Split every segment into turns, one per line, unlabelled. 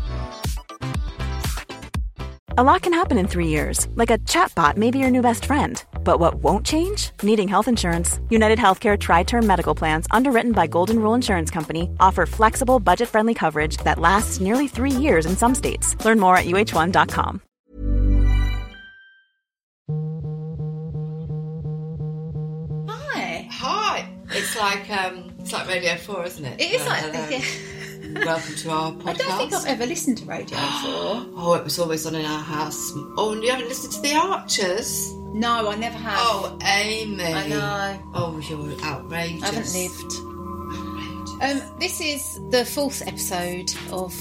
A lot can happen in three years, like a chatbot may be your new best friend. But what won't change? Needing health insurance. United Healthcare Tri Term Medical Plans, underwritten by Golden Rule Insurance Company, offer flexible, budget friendly coverage that lasts nearly three years in some states. Learn more at uh1.com.
Hi.
Hi. It's like um, it's like Radio Four, isn't it?
It is
Hello,
like
hello.
yeah.
Welcome to our podcast.
I don't think I've ever listened to radio before.
Oh, it was always on in our house. Oh, and you haven't listened to the Archers.
No, I never have.
Oh, Amy.
I know.
Oh, you're outrageous.
I haven't lived. Um, this is the fourth episode of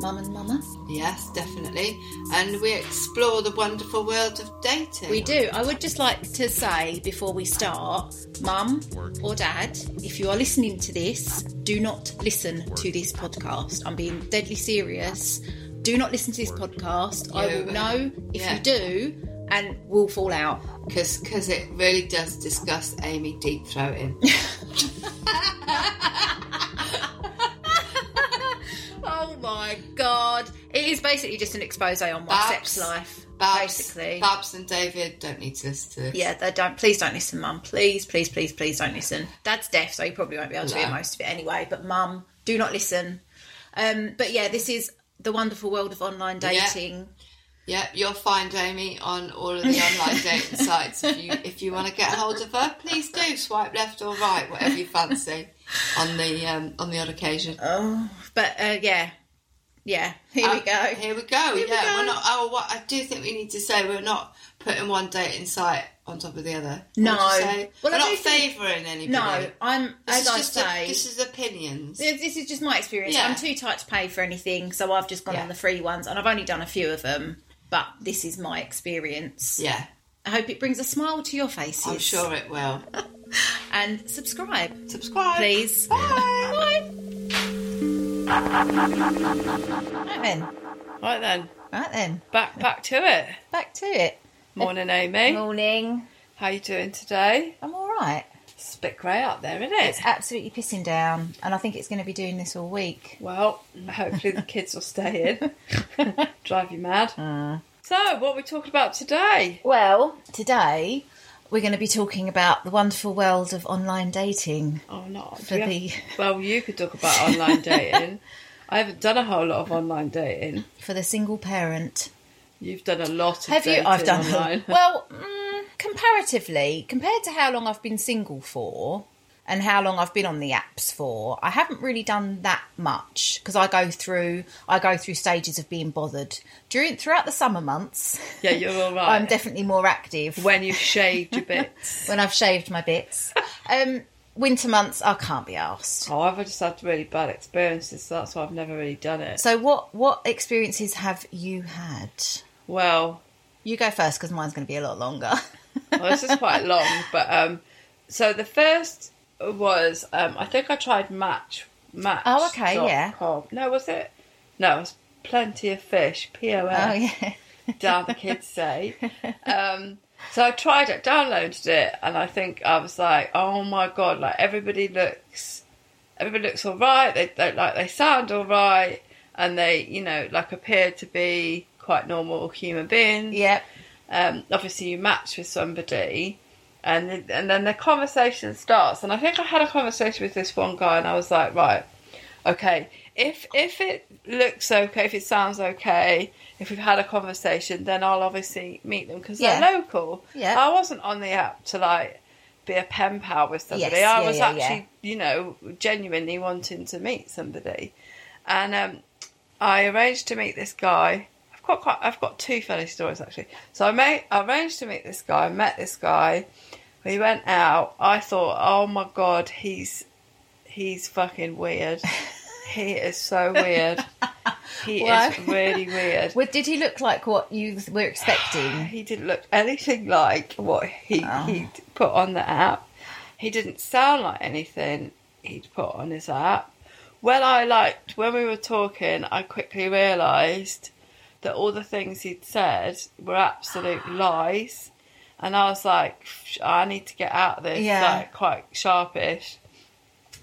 Mum and Mama.
Yes, definitely. And we explore the wonderful world of dating.
We do. I would just like to say before we start, Mum or Dad, if you are listening to this, do not listen to this podcast. I'm being deadly serious. Do not listen to this podcast. I will
You-
know if
Yeah.
you do, and we'll fall out.
because it really does discuss Amy deep throating.
Oh my god! It is basically just an expose on my sex
Babs.
life,
Babs,
basically.
Babs and David don't need to listen to this.
Yeah, they don't. Please don't listen, Mum. Please, please, please, please don't listen. Dad's deaf, so he probably won't be able to hear
No.
most of it anyway. But Mum, do not listen. Um, but yeah, this is the wonderful world of online
Yeah.
dating.
Yeah, you'll find Amy on all of the online dating sites. If you if you want to get hold of her, please do swipe left or right, whatever you fancy. On the um, on the odd occasion.
But uh, yeah, yeah. Here we go.
Uh, Here we go.
Here we
yeah,
go.
we are not. Oh, what I do think we need to say we're not putting one dating site on top of the other.
No.
What would you say?
Well,
we're
I
not
do think-
favouring anybody.
no, I'm
This
as
is
I
just
say.
a- this is opinions.
This this is just my experience.
Yeah.
I'm too tight to pay for anything, so I've just gone
Yeah.
on the free ones, and I've only done a few of them. But this is my experience.
Yeah,
I hope it brings a smile to your faces.
I'm sure it will.
And subscribe,
Subscribe,
please.
Bye.
Bye. Right then,
Right then,
right then,
back back to it.
back to it.
Morning, Amy.
Morning.
How you doing today?
I'm all right.
It's a bit grey out there, isn't it?
It's absolutely pissing down, and I think it's going to be doing this all week.
Well, hopefully the kids will stay in. Drive you mad.
Uh.
So, what are we talking about today?
Well, today we're going to be talking about the wonderful world of online dating.
Oh, not
For the-
Well, you could talk about online dating. I haven't done a whole lot of online dating.
for the single parent.
You've done a lot of
Have you?
dating
I've done
online.
well. Mm, comparatively, compared to how long I've been single for and how long I've been on the apps for, I haven't really done that much because I go through I go through stages of being bothered during throughout the summer months.
Yeah, you're all right.
I'm definitely more active
when you've shaved your bits.
when I've shaved my bits. um, winter months, I can't be asked.
Oh, I've just had really bad experiences, so that's why I've never really done it.
So, what what experiences have you had?
Well,
You go first because mine's going to be a lot longer.
well, this is quite long, but um, so the first was um, I think I tried Match Match.
Oh, okay, yeah.
com. No, was it? No, it was Plenty of Fish. P O
oh
F.
yeah.
Down the kids say. Um, so I tried it, downloaded it, and I think I was like, oh my god, like everybody looks, everybody looks all right. They, they like they sound all right, and they you know like appear to be quite normal human beings
Yep.
um, obviously you match with somebody and and then the conversation starts and i think i had a conversation with this one guy and i was like right okay if if it looks okay if it sounds okay if we've had a conversation then i'll obviously meet them because
Yeah.
they're local
Yeah.
i wasn't on the app to like be a pen pal with somebody
Yes,
i
yeah,
was
yeah,
actually you know genuinely wanting to meet somebody and um, I arranged to meet this guy. I've got quite, I've got two funny stories actually. So I made, I arranged to meet this guy. I met this guy. We went out. I thought, oh my god, he's he's fucking weird. he is so weird. He
Wow.
is really weird.
Well, did he look like what you were expecting?
He didn't look anything like what he
Oh.
he'd put on the app. He didn't sound like anything he'd put on his app. Well, I liked when we were talking. I quickly realised that all the things he'd said were absolute lies, and I was like, "Sh- I need to get out of this.
Yeah.
Like quite sharpish.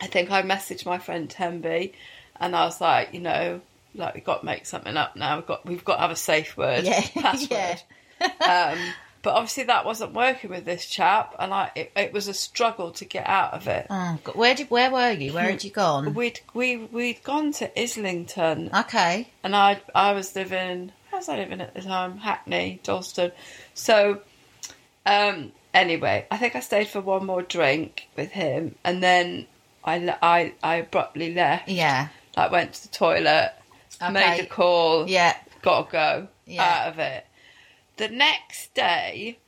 I think I messaged my friend Temby, and I was like, you know, like we've got to make something up now. We've got we've got to have a safe word,
Yeah,
password.
yeah.
um, but obviously that wasn't working with this chap, and I it, it was a struggle to get out of it.
Oh, God. Where did where were you? Where had you gone?
We'd we we'd gone to Islington,
Okay.
and I I was living how was I living at the time Hackney Dalston, so um anyway I think I stayed for one more drink with him and then I le- I I abruptly left
Yeah.
like went to the toilet made
Okay.
a call
Yeah.
gotta go
Yeah.
out of it the next day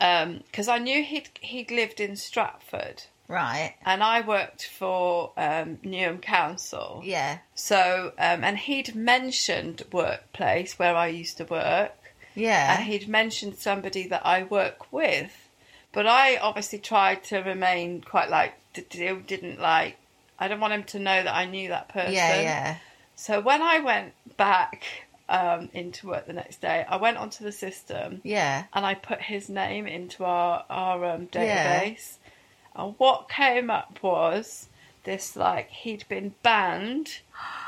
um because I knew he'd he'd lived in Stratford
Right.
and I worked for um, Newham Council
Yeah.
so, um, and he'd mentioned workplace where I used to work, and
Yeah.
he'd mentioned somebody that I work with, but I obviously tried to remain quite like d- d- didn't like. I didn't want him to know that I knew that person.
Yeah. Yeah.
So when I went back um, into work the next day, I went onto the system
Yeah.
and I put his name into our our um,
Yeah.
database. And what came up was this: like he'd been banned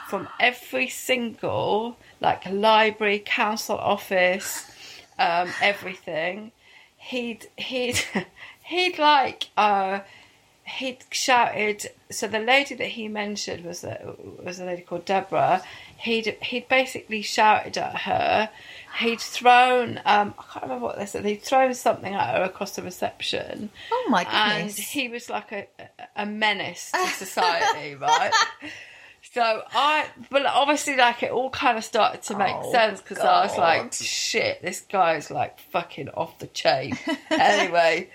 from every single like library, council office, um, everything. He'd he'd he'd like uh, he'd shouted. So the lady that he mentioned was a, was a lady called Deborah. He'd he'd basically shouted at her. He'd thrown um, I can't remember what they said. He'd thrown something at her across the reception.
Oh my
And
goodness.
he was like a a menace to society, right? So I, but obviously, like it all kind of started to make
Oh,
sense because I was like,
God.
"Shit, this guy's like fucking off the chain." anyway,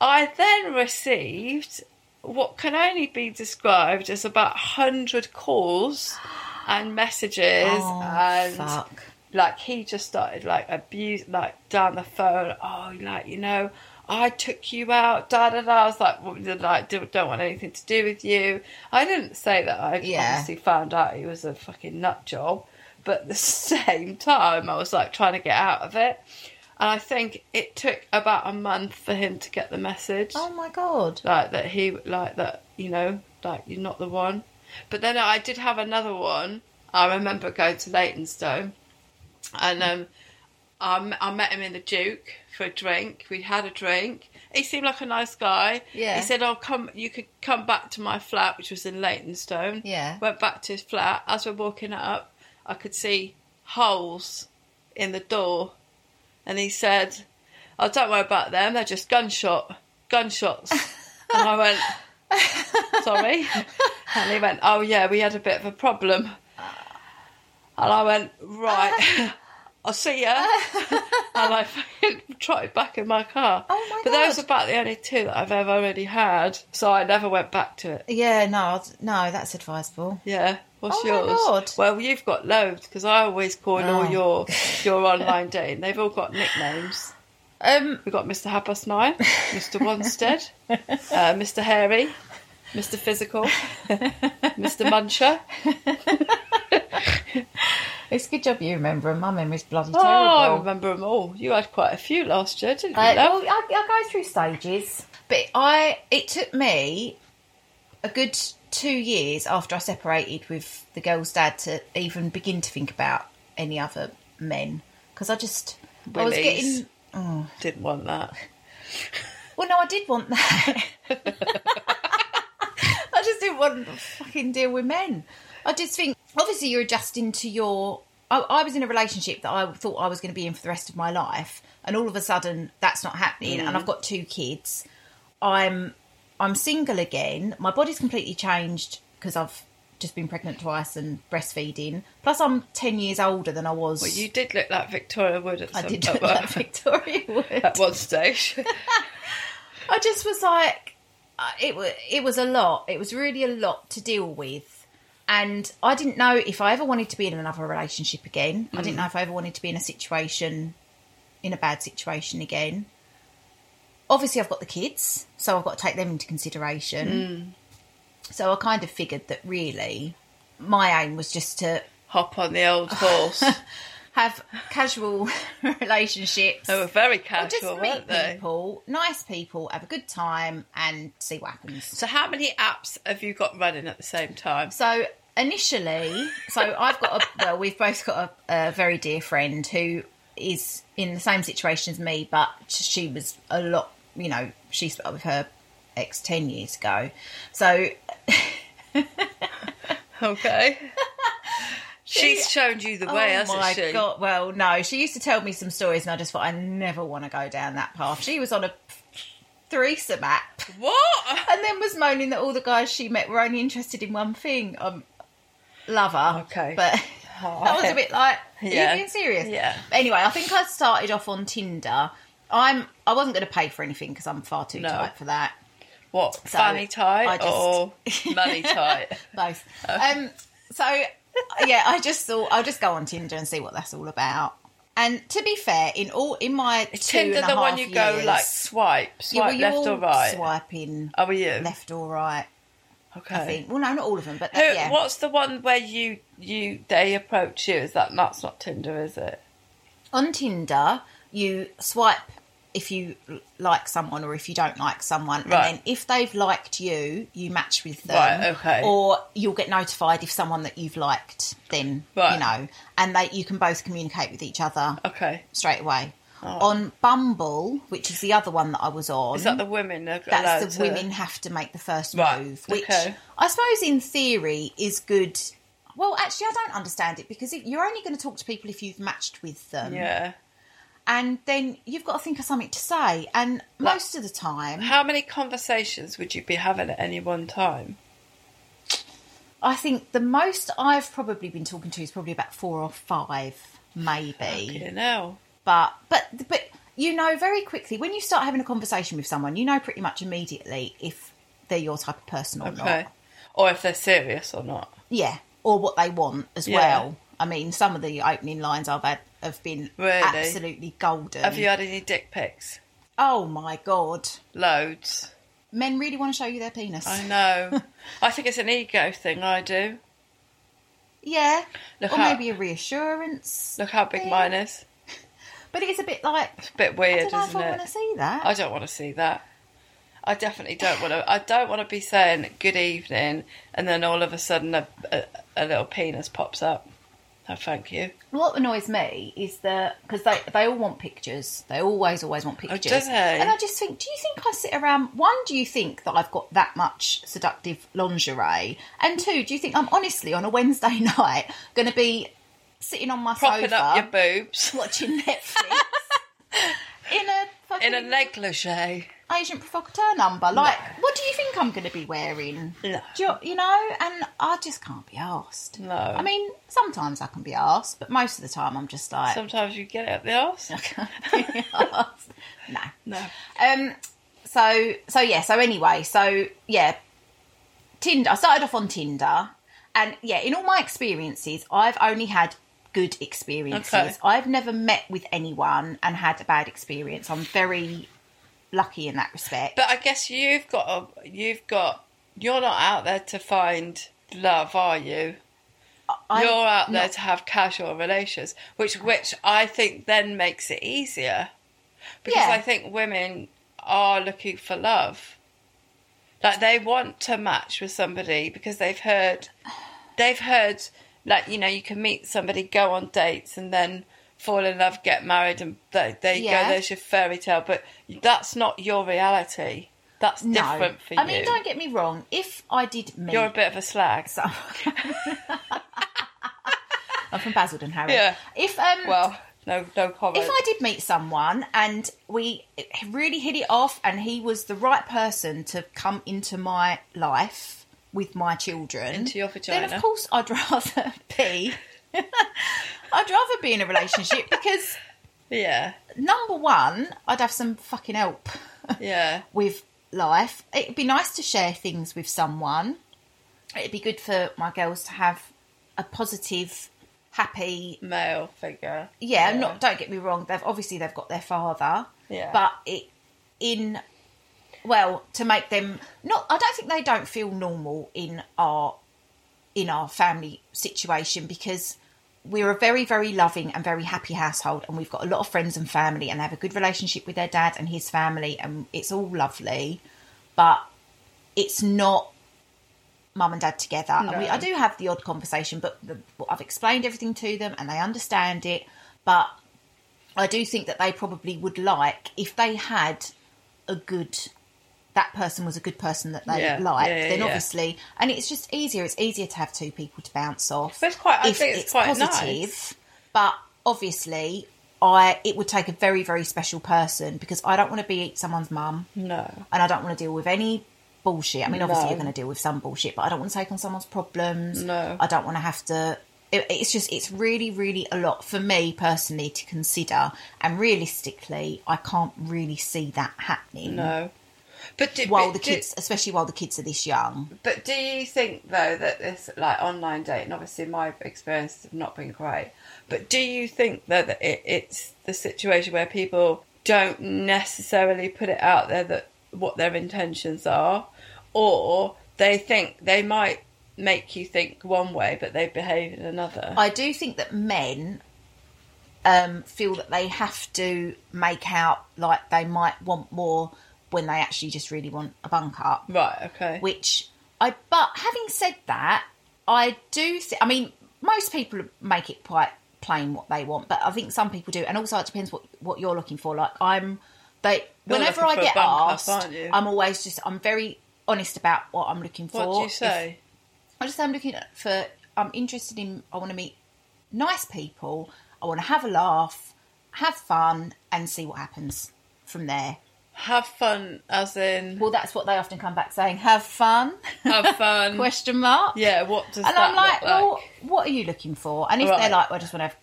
I then received what can only be described as about hundred calls and messages,
Oh,
and
fuck.
like he just started like abuse, like down the phone. Oh, like you know, I took you out. Da da da. I was like, well, you're like don't don't want anything to do with you. I didn't say that. I
Yeah.
obviously found out he was a fucking nut job, but at the same time, I was like trying to get out of it. And I think it took about a month for him to get the message
Oh my god.
like that he like that you know like you're not the one but then i did have another one i remember going to leytonstone and um I, m- I met him in the duke for a drink we had a drink he seemed like a nice guy
Yeah.
he said i'll come you could come back to my flat which was in leytonstone
Yeah.
went back to his flat as we're walking up i could see holes in the door and he said oh don't worry about them they're just gunshot gunshots and I went, sorry. And he went, oh yeah, we had a bit of a problem. And I went, right, I'll see ya. and I fucking trotted back in my car.
Oh, my
but those
God.
are about the only two that I've ever really had. So I never went back to it.
Yeah. No. I'd- No. That's advisable.
Yeah. What's
Oh, my
yours?
God.
Well, you've got loads because I always call all
Oh.
your your online dating. They've all got nicknames.
Um.
We've got Mr. Habas Nine, Mr. Wanstead, uh, Mr. Hairy, Mr. Physical, Mr. Muncher.
It's a good job you remember 'em. My memory's bloody
Oh, I
terrible.
remember them all. You had quite a few last year, didn't you?
Uh,
love?
well, I, I go through stages, but I it took me a good two years after I separated with the girl's dad to even begin to think about any other men because I just I was
Willies.
getting
Didn't want that.
well, no, I did want that. I just didn't want to fucking deal with men. I just think, obviously, you're adjusting to your. I, I was in a relationship that I thought I was going to be in for the rest of my life, and all of a sudden, that's not happening. And
Mm.
I've got two kids. I'm I'm single again. My body's completely changed because I've just been pregnant twice and breastfeeding. Plus, I'm ten years older than I was.
Well, you did look like Victoria Wood at,
I
some,
did
at,
look
one-
like Victoria Wood.
at one stage.
I just was like, uh, it was it was a lot. It was really a lot to deal with, And I didn't know if I ever wanted to be in another relationship again. I didn't know if I ever wanted to be in a situation, in a bad situation again. Obviously, I've got the kids, so I've got to take them into consideration. So I kind of figured that really my aim was just to
Hop on the old horse.
have casual relationships.
they were very
Or just
casual,
meet
weren't they?
people, nice people, have a good time, and see what happens.
So, how many apps have you got running at the same time?
So initially, so I've got a well, we've both got a, a very dear friend who is in the same situation as me, but she was a lot, you know, she split up with her ex ten years ago. So
Okay. She's shown you the way,
oh
hasn't
my
she?
god! Well, no, she used to tell me some stories, and I just thought I never want to go down that path. She was on a threesome app.
What?
and then was moaning that all the guys she met were only interested in one thing. Um, love her.
Okay. Oh.
But that was a bit like, are
Yeah.
you being serious?
Yeah.
Anyway, I think I started off on Tinder. I'm, I wasn't going to pay for anything because I'm far too
No.
tight for that.
What?
So,
fanny
I
tight
just-
or money tight?
Both.
Oh.
Um, so, yeah, I just thought I'll just go on Tinder and see what that's all about. And to be fair, in all in my two
Tinder,
and a
the one
half
you go
years-
like swipe,
Yeah, well,
swipe
you're
left or
all
right.
swiping
Oh, were you?
left or right.
okay.
I think. Well, no, not all of them, but
Who,
yeah.
What's the one where you you they approach you? Is that that's not Tinder, is it?
on Tinder, you swipe if you l- like someone or if you don't like someone,
Right.
and then if they've liked you, you match with them.
Right, okay.
Or you'll get notified if someone that you've liked, then
Right.
you know, and they you can both communicate with each other
Okay. Oh.
straight away. On Bumble, which is the other one that I was on,
Is that the women? Are allowed
Hmm? that's
to-
the women have to make the first
Right,
move, which
okay.
I suppose in theory is good. Well, actually, I don't understand it because if, you're only going to talk to people if you've matched with them
Yeah.
and then you've got to think of something to say. And most of the time,
How many conversations would you be having at any one time?
I think the most I've probably been talking to is probably about four or five, maybe.
You know.
But but but you know very quickly when you start having a conversation with someone, you know pretty much immediately if they're your type of person or
Okay.
not.
Or if they're serious or not.
Yeah, or what they want as
Yeah.
well. I mean, some of the opening lines I've had have been
Really?
absolutely golden.
Have you had any dick pics?
oh my god,
Loads.
men really want to show you their penis.
I know. I think it's an ego thing. I do.
Yeah,
Look
or
how-
maybe a reassurance.
Look how big
thing.
mine is.
But it's a bit like
It's a bit
I
weird,
don't know if
isn't
I
it?
want to see that.
I don't want to see that. I definitely don't want to. I don't want to be saying good evening and then all of a sudden a, a, a little penis pops up. No, thank you.
what annoys me is that because they they all want pictures. They always always want pictures.
Oh, they?
And I just think, do you think I sit around? One, do you think that I've got that much seductive lingerie? And two, do you think I'm honestly on a Wednesday night going to be sitting on my
Propping
sofa
up your boobs
watching Netflix? In a fucking
in a negligee.
agent provocateur number, like what do you think I'm going to be wearing?
No.
Do you, you know, and I just can't be asked.
No.
I mean, sometimes I can be asked, but most of the time I'm just like,
Sometimes you get it up the arse.
be asked. No.
No.
Um. So so yeah. So anyway. So yeah. Tinder. I started off on Tinder, and yeah, in all my experiences, I've only had good experiences.
Okay.
I've never met with anyone and had a bad experience. I'm very lucky in that respect.
But I guess you've got a, you've got you're not out there to find love, are you?
I'm
you're out there
not-
to have casual relations, which which I think then makes it easier because
Yeah.
I think women are looking for love. Like they want to match with somebody because they've heard they've heard like you know you can meet somebody, go on dates, and then fall in love, get married, and th- there you
Yeah.
go. There's your fairy tale, but that's not your reality. That's
No.
different for
I
you.
mean, don't get me wrong. If I did meet
You're a bit of a slag.
I'm from Basildon, Harry.
Yeah.
If um,
well, no, no comment.
if I did meet someone and we really hit it off, and he was the right person to come into my life with my children,
Into your
then
vagina.
of course I'd rather be. I'd rather be in a relationship because
yeah,
number one, I'd have some fucking help
yeah.
with life. It'd be nice to share things with someone. it'd be good for my girls to have a positive, happy
male figure.
yeah, I'm not don't get me wrong they've obviously they've got their father
Yeah.
but it in well to make them not i don't think they don't feel normal in our in our family situation because we're a very very loving and very happy household and we've got a lot of friends and family and they have a good relationship with their dad and his family and it's all lovely but it's not mum and dad together. And we, I do have the odd conversation, but the, I've explained everything to them and they understand it. But I do think that they probably would like if they had a good that person was a good person that they
Yeah,
liked.
yeah, yeah,
then
yeah.
obviously, and it's just easier. It's easier to have two people to bounce off.
But it's quite- I
if
think it's quite nice.
But obviously, I it would take a very very special person because I don't want to be someone's mum
No.
and I don't want to deal with any bullshit. I mean, obviously,
No.
you're going to deal with some bullshit, but I don't want to take on someone's problems.
No.
I don't want to have to. It, it's just, it's really, really a lot for me personally to consider. And realistically, I can't really see that happening
No. But do,
while
but
the
do-
kids, especially while the kids are this young.
But do you think though that this like online dating, obviously my experiences have not been great, but do you think though that it, it's the situation where people don't necessarily put it out there that what their intentions are, or they think they might make you think one way but they behave in another?
I do think that men um, feel that they have to make out like they might want more when they actually just really want a bunk up.
right. Okay.
which I but having said that, I do. Th- I mean, most people make it quite plain what they want, but I think some people do, and also it depends what what you're looking for. Like I'm, they
You're
whenever I
looking for a
get
bunk up,
asked,
aren't you?
I'm always just I'm very honest about what I'm looking for.
what do you
If-
say?
I just I'm looking at for. I'm interested in. I want to meet nice people. I want to have a laugh, have fun, and see what happens from there.
Have fun, as in
Well, that's what they often come back saying. Have fun?
have fun.
Question mark.
Um, Yeah. What does
and
that
I'm like,
look like?
well, what are you looking for? And if
Right.
they're like, well, I just want to have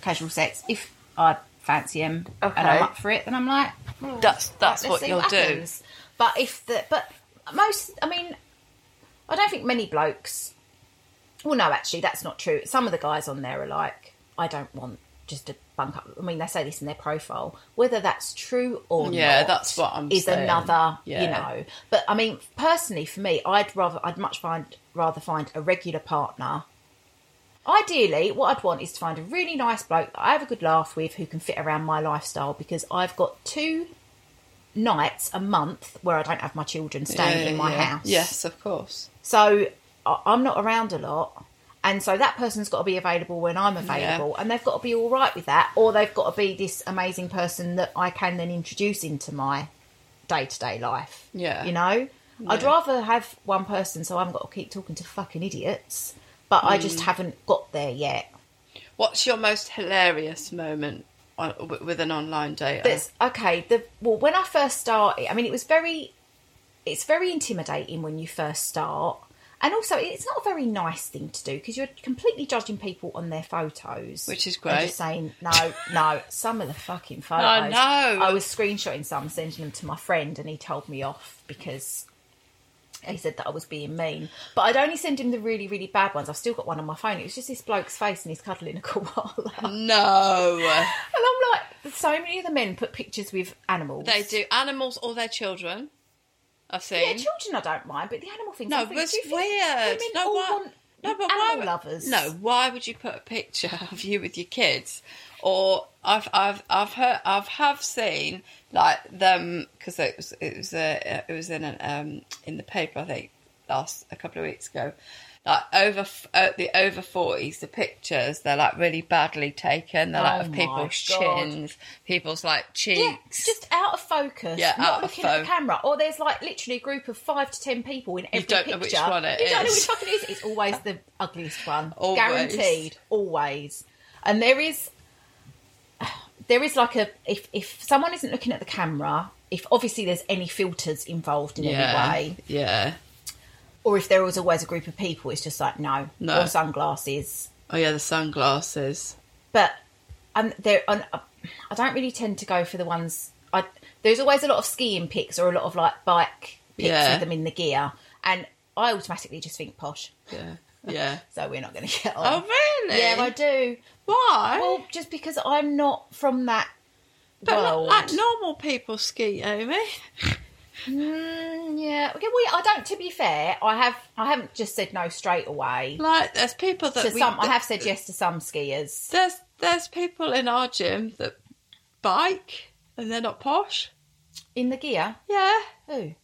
casual sex, if I fancy him and
Okay.
I'm up for it, then I'm like, well,
That's- that's
let's
what
see
you'll do.
happens. But if the but most, I mean, I don't think many blokes. Well, no, actually, that's not true. Some of the guys on there are like, I don't want just to bunk up. I mean, they say this in their profile. Whether that's true or
Yeah,
not
that's what I'm
is
saying.
another, you
Yeah.
know know. But I mean, personally, for me, I'd rather, I'd much find rather find a regular partner. Ideally, what I'd want is to find a really nice bloke that I have a good laugh with, who can fit around my lifestyle because I've got two nights a month where I don't have my children staying
Yeah,
in my
yeah.
house.
Yes, of course.
So I- I'm not around a lot. And so that person's got to be available when I'm available, and they've got to be all right with that, or they've got to be this amazing person that I can then introduce into my day to day life.
Yeah.
You know? I'd rather have one person so I haven't got to keep talking to fucking idiots, but I
Mm.
just haven't got there yet.
What's your most hilarious moment on, w- with an online date?
But okay, the well, when I first started, I mean, it was very, it's very intimidating when you first start, and also it's not a very nice thing to do because you're completely judging people on their photos,
Which is
And
great.
just saying no, no, some of the fucking photos.
I know.
I was screenshotting some, sending them to my friend, and he told me off because. He said that I was being mean, but I'd only send him the really, really bad ones. I've still got one on my phone. It was just this bloke's face, and he's cuddling a koala.
No,
And I'm like, so many of the men put pictures with animals.
they do animals or their children. I've
Yeah,
seen.
children I don't mind, but the animal things. I
no,
think,
but it's
do you think
weird.
Women
No,
all
why?
want
no, but
animal
why,
lovers.
No, why would you put a picture of you with your kids? Or I've I've I've heard I've have seen like them because it was it was uh, it was in an, um in the paper I think last a couple of weeks ago. Like over f- uh, the over forties, the pictures they're like really badly taken. They're
Oh
like of
my
people's
God.
chins, people's like cheeks.
Yeah, just out of focus.
Yeah,
not
out of
looking at the
focus.
camera. Or there's like literally a group of five to ten people in every
don't
picture.
know which one it
You don't know
is.
which fucking it is. It's always the ugliest one.
Always.
Guaranteed. Always. And there is there is like a if if someone isn't looking at the camera, if obviously there's any filters involved in
yeah,
any way,
yeah.
or if there was always a group of people, it's just like no,
No.
or sunglasses.
Oh yeah, the sunglasses.
but um, there, and uh, I don't really tend to go for the ones. I there's always a lot of skiing pics or a lot of like bike pics
Yeah.
with them in the gear, and I automatically just think posh.
Yeah. Yeah.
So we're not going to get on.
Oh really?
Yeah, Oh, I do.
Why?
Well, just because I'm not from that
but
world.
like, like normal people ski, Amy.
Mm, yeah. Okay. Well, I don't. To be fair, I have. I haven't just said no straight away.
Like there's people that
to
we,
some, I have said yes to some skiers.
There's there's people in our gym that bike and they're not posh.
In the gear.
Yeah.
Who?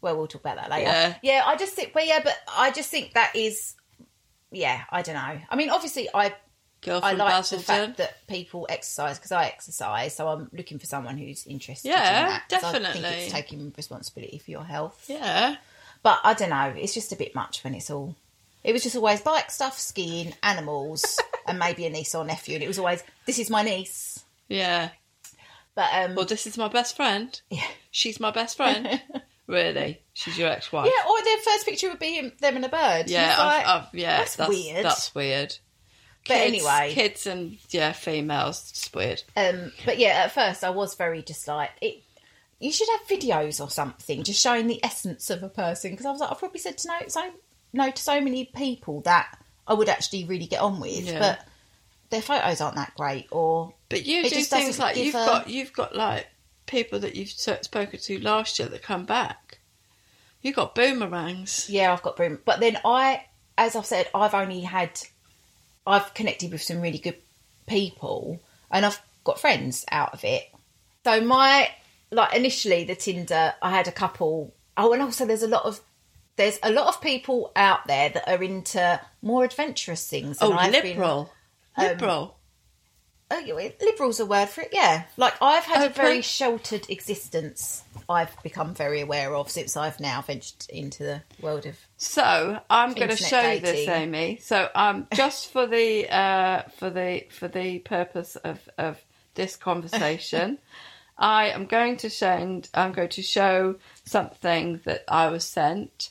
Well, we'll talk about that later.
Yeah.
I just think. But yeah, but I just think that is. Yeah, I don't know. I mean, obviously, I
Girl from
I like the
Basildon.
fact that people exercise because I exercise, so I'm looking for someone who's interested. in
Yeah,
that, 'cause I think
definitely.
it's taking responsibility for your health.
Yeah.
But I don't know. It's just a bit much when it's all. It was just always bike stuff, skiing, animals, and maybe a niece or nephew. And it was always, this is my niece.
Yeah.
But um,
Well, this is my best friend.
yeah.
She's my best friend. really? She's your ex-wife.
yeah, or their first picture would be him, them and a bird.
Yeah,
It's like-
I've, I've, yeah,
that's
that's,
weird.
That's weird.
But
Kids-
anyway.
kids and yeah, females, it's weird.
Um, but yeah, at first I was very just like it. You should have videos or something just showing the essence of a person because I was like I've probably said to no so no to so many people that I would actually really get on with,
Yeah.
but their photos aren't that great. Or
But you
It
do
just
things
doesn't
like
give
you've
a-
got you've got like people that you've so- spoken to last year that come back. You got boomerangs.
yeah, I've got broom, but then I, as I've said, I've only had I've connected with some really good people and I've got friends out of it. So my like initially the Tinder I had a couple oh and also there's a lot of there's a lot of people out there that are into more adventurous things.
Oh,
than I've been- um,
liberal, liberal.
Oh, yeah, liberal's a word for it, yeah. Like I've had a
Open.
very sheltered existence. I've become very aware of since I've now ventured into the world of
So I'm going to
Internet
show you this,
dating.
Amy. So um, just for the uh, for the for the purpose of of this conversation, I am going to show I'm going to show something that I was sent,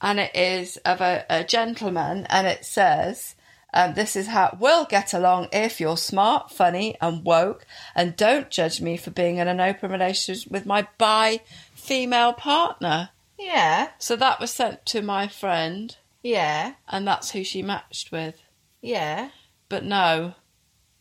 and it is of a, a gentleman, and it says. Um, this is how we'll get along if you're smart, funny, and woke, and don't judge me for being in an open relationship with my bi female partner.
Yeah,
So that was sent to my friend,
yeah,
and that's who she matched with.
yeah.
But no,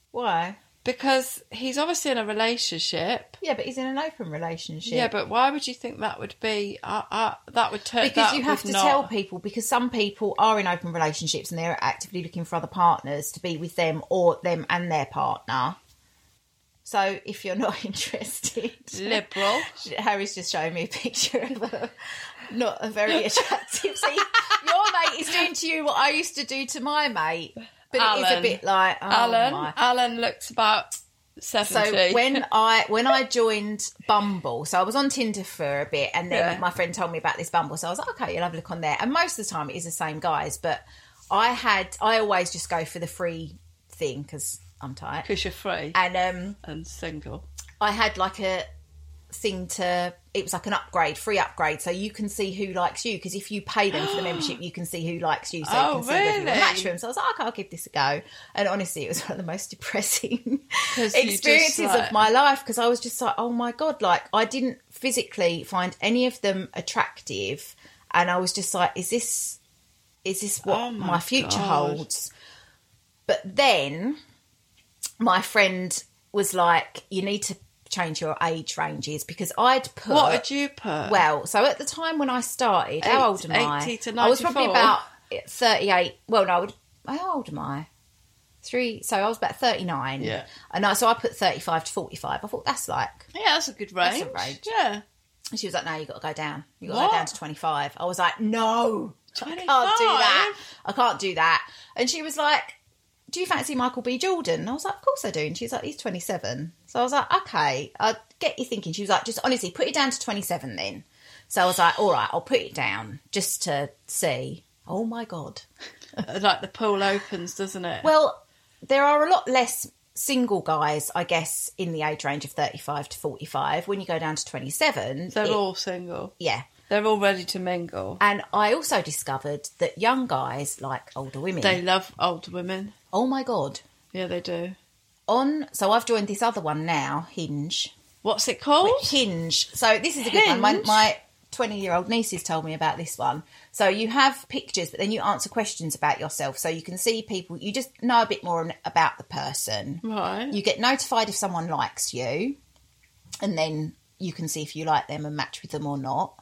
Why?
because he's obviously in a relationship.
Yeah, but he's in an open relationship.
Yeah, but why would you think that would be? Uh, uh, that would turn.
because
that
you have
would
to
not-
tell people because some people are in open relationships and they're actively looking for other partners to be with them or them and their partner. So if you're not interested,
liberal.
Harry's just showing me a picture of a not a very attractive. See, your mate is doing to you what I used to do to my mate, but it is a
Alan.
bit like oh
Alan.
my.
Alan looks about
So
seventy.
when I when I joined Bumble, so I was on Tinder for a bit, and then
Yeah.
my friend told me about this Bumble, so I was like, okay, you'll have a look on there. And most of the time, it is the same guys, but I had I always just go for the free thing because I'm tight,
because you're free
and um,
and single.
I had like a thing to it was like an upgrade, free upgrade, so you can see who likes you because if you pay them for the membership, you can see who likes you, so
Oh,
you can see whether you
really?
match them. So I was like, okay, I'll give this a go. And honestly, it was one of the most depressing
'Cause you just,
experiences
like-
of my life because I was just like, oh my god, like I didn't physically find any of them attractive, and I was just like, is this is this what
Oh my
my, future
God.
holds? But then my friend was like, you need to change your age ranges because I'd put
What would you put?
uh, well, so at the time when I started, how old
Eight-
am I?
80 to
I was probably
94.
about 38. Well, no, I would, how old am I? Three. So I was about 39.
Yeah.
And I, so I put 35 to 45. I thought that's like.
yeah, that's a good range.
a range.
Yeah,
And she was like, no, you got to go down. you got to
What?
go down to 25. I was like, no, I can't do
25?
that. I can't do that. And she was like, do you fancy Michael B. Jordan? And I was like, of course I do. And she's like, he's 27. So I was like, okay, I get you thinking. She was like, just honestly, put it down to 27 then. So I was like, all right, I'll put it down just to see. Oh my God.
like the pool opens, doesn't it?
Well, there are a lot less single guys, I guess, in the age range of 35 to 45. When you go down to 27,
they're
it-
all single.
yeah.
They're all ready to mingle.
And I also discovered that young guys like older women.
They love old women.
oh my god.
Yeah, they do.
On so I've joined this other one now, Hinge.
What's it called?
Hinge. So this is a good one. My,
Hinge?
my 20 year old niece has told me about this one. So you have pictures, but then you answer questions about yourself. So you can see people, you just know a bit more about the person.
Right.
You get notified if someone likes you, and then you can see if you like them and match with them or not.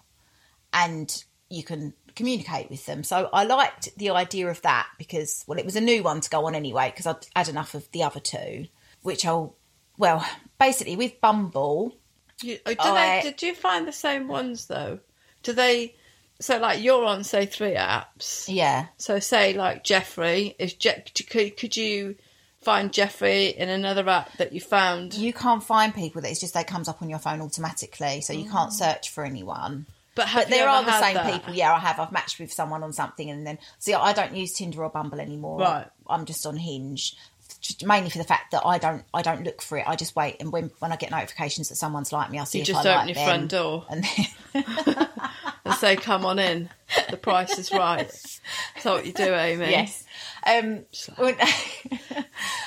And you can communicate with them. So I liked the idea of that because, well, it was a new one to go on anyway because I'd had enough of the other two, which I'll, well, basically with Bumble,
You, oh, do
I-
they, did you find the same ones though? Do they? So like you're on say three apps.
yeah.
So say like Jeffrey is Je- could, could you find Jeffrey in another app that you found?
You can't find people that it's just they comes up on your phone automatically, so you can't search for anyone.
But have
But there
you
are
ever
the
had
same
that?
people. Yeah, I have. I've matched with someone on something, and then see, I don't use Tinder or Bumble anymore.
Right.
I'm just on Hinge, just mainly for the fact that I don't, I don't look for it. I just wait, and when when I get notifications that someone's like me, I see
You
if
just
I
open
like
your
them.
front door
and then
and say, "Come on in, the price is right." That's what you do, Amy.
yes. Um, when-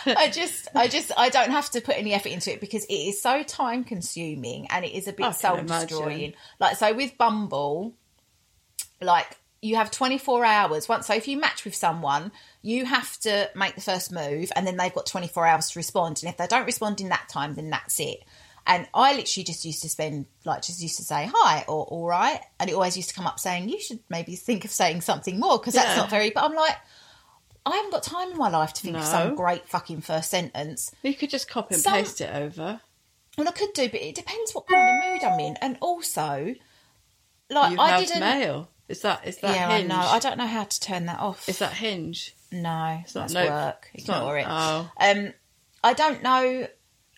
I just, I just, I don't have to put any effort into it because it is so time consuming and it is a
I
bit
can
soul destroying. Like, so with Bumble, like you have 24 hours once. So if you match with someone, you have to make the first move and then they've got 24 hours to respond. And if they don't respond in that time, then that's it. And I literally just used to spend, like, just used to say hi or all right. And it always used to come up saying, you should maybe think of saying something more because that's
Yeah.
not very, but I'm like, I haven't got time in my life to think of some
No.
great fucking first sentence.
You could just copy and
Some-
paste it over.
Well, I could do, but it depends what kind of mood I'm in. And also, like,
You
I
have
didn't.
mail. Is that is that
yeah,
hinge?
I know. I don't know how to turn that off.
Is that hinge?
No,
not
that's
no-
work.
it's not-
Ignore
oh.
it. Um, I don't know.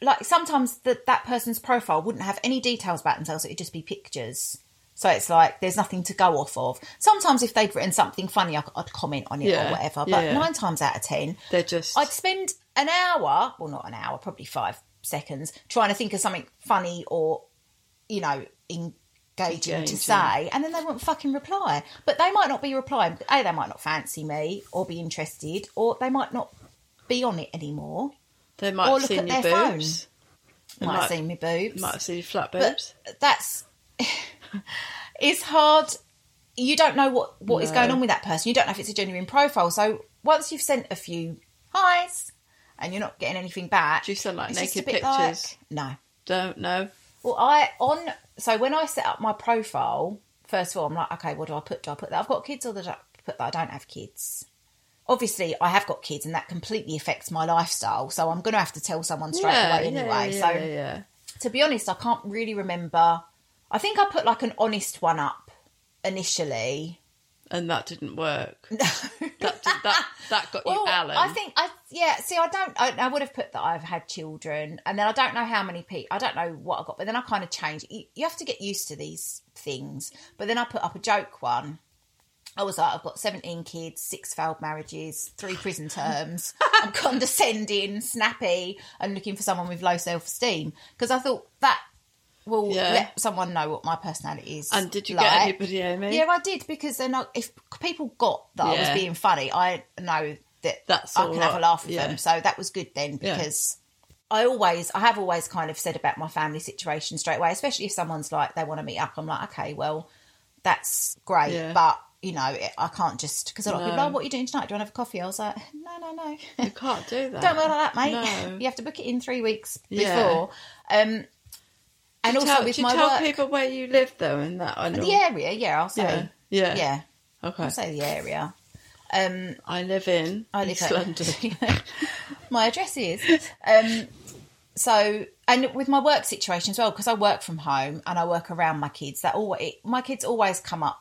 Like sometimes that that person's profile wouldn't have any details about themselves. It'd just be pictures. So it's like there's nothing to go off of. Sometimes if they'd written something funny, I, c- I'd comment on it
Yeah,
or whatever. But
yeah, yeah.
nine times out of ten,
They're just
I'd spend an hour, well, not an hour, probably five seconds, trying to think of something funny or, you know, engaging,
Engaging.
to say, and then they wouldn't fucking reply. But they might not be replying. A, they might not fancy me or be interested, or they might not be on it anymore.
they might
or
have
look
seen your
at their
boobs.
Might,
might-
have seen me boobs.
They Might have seen your flat boobs.
but that's it's hard you don't know what what is
No.
going on with that person you don't know if it's a genuine profile so once you've sent a few highs and you're not getting anything back
Do you send, like,
it's just
naked
a bit like-
pictures?
no
Don't know.
well, I on so when I set up my profile, first of all, I'm like, okay, what do I put? Do I put that I've got kids, or that I put that I don't have kids? Obviously, I have got kids, and that completely affects my lifestyle. So I'm going to have to tell someone straight
yeah,
away
yeah,
anyway.
yeah,
so
yeah, yeah.
to be honest, I can't really remember. I think I put like an honest one up initially.
and that didn't work. No, that did, that that got you, Alan.
I think I yeah. See, I don't. I, I would have put that I've had children, and then I don't know how many people. I don't know what I got, but then I kind of changed. You, you have to get used to these things. But then I put up a joke one. I was like, I've got seventeen kids, six failed marriages, three prison terms. I'm condescending, snappy, and looking for someone with low self esteem because I thought that will
Yeah.
let someone know what my personality is.
And did you
like.
get anybody, Amy?
Yeah, I did because then I, if people got that I
Yeah.
was being funny, I know that
That's
I
all
can have a
right.
laugh with
Yeah.
them. So that was good then
Yeah.
because I always, I have always kind of said about my family situation straight away, especially if someone's like they want to meet up. I'm like, okay, well, that's great,
Yeah.
but you know, it, I can't just because a lot of people,
No.
oh, what are you doing tonight? Do you want to have a coffee? I was like, no, no, no,
you can't do that.
don't work like that, mate.
No.
You have to book it in three weeks
Yeah.
before. Um, and
Do you
also
tell,
with
do you
my
tell
work,
people where you live though, and that I know.
the area, yeah, I'll say,
yeah, yeah,
yeah.
Okay,
I'll say the area. Um,
I live in
I live
East
at-
London.
my address is. Um, so, and with my work situation as well, because I work from home and I work around my kids, that all it, my kids always come up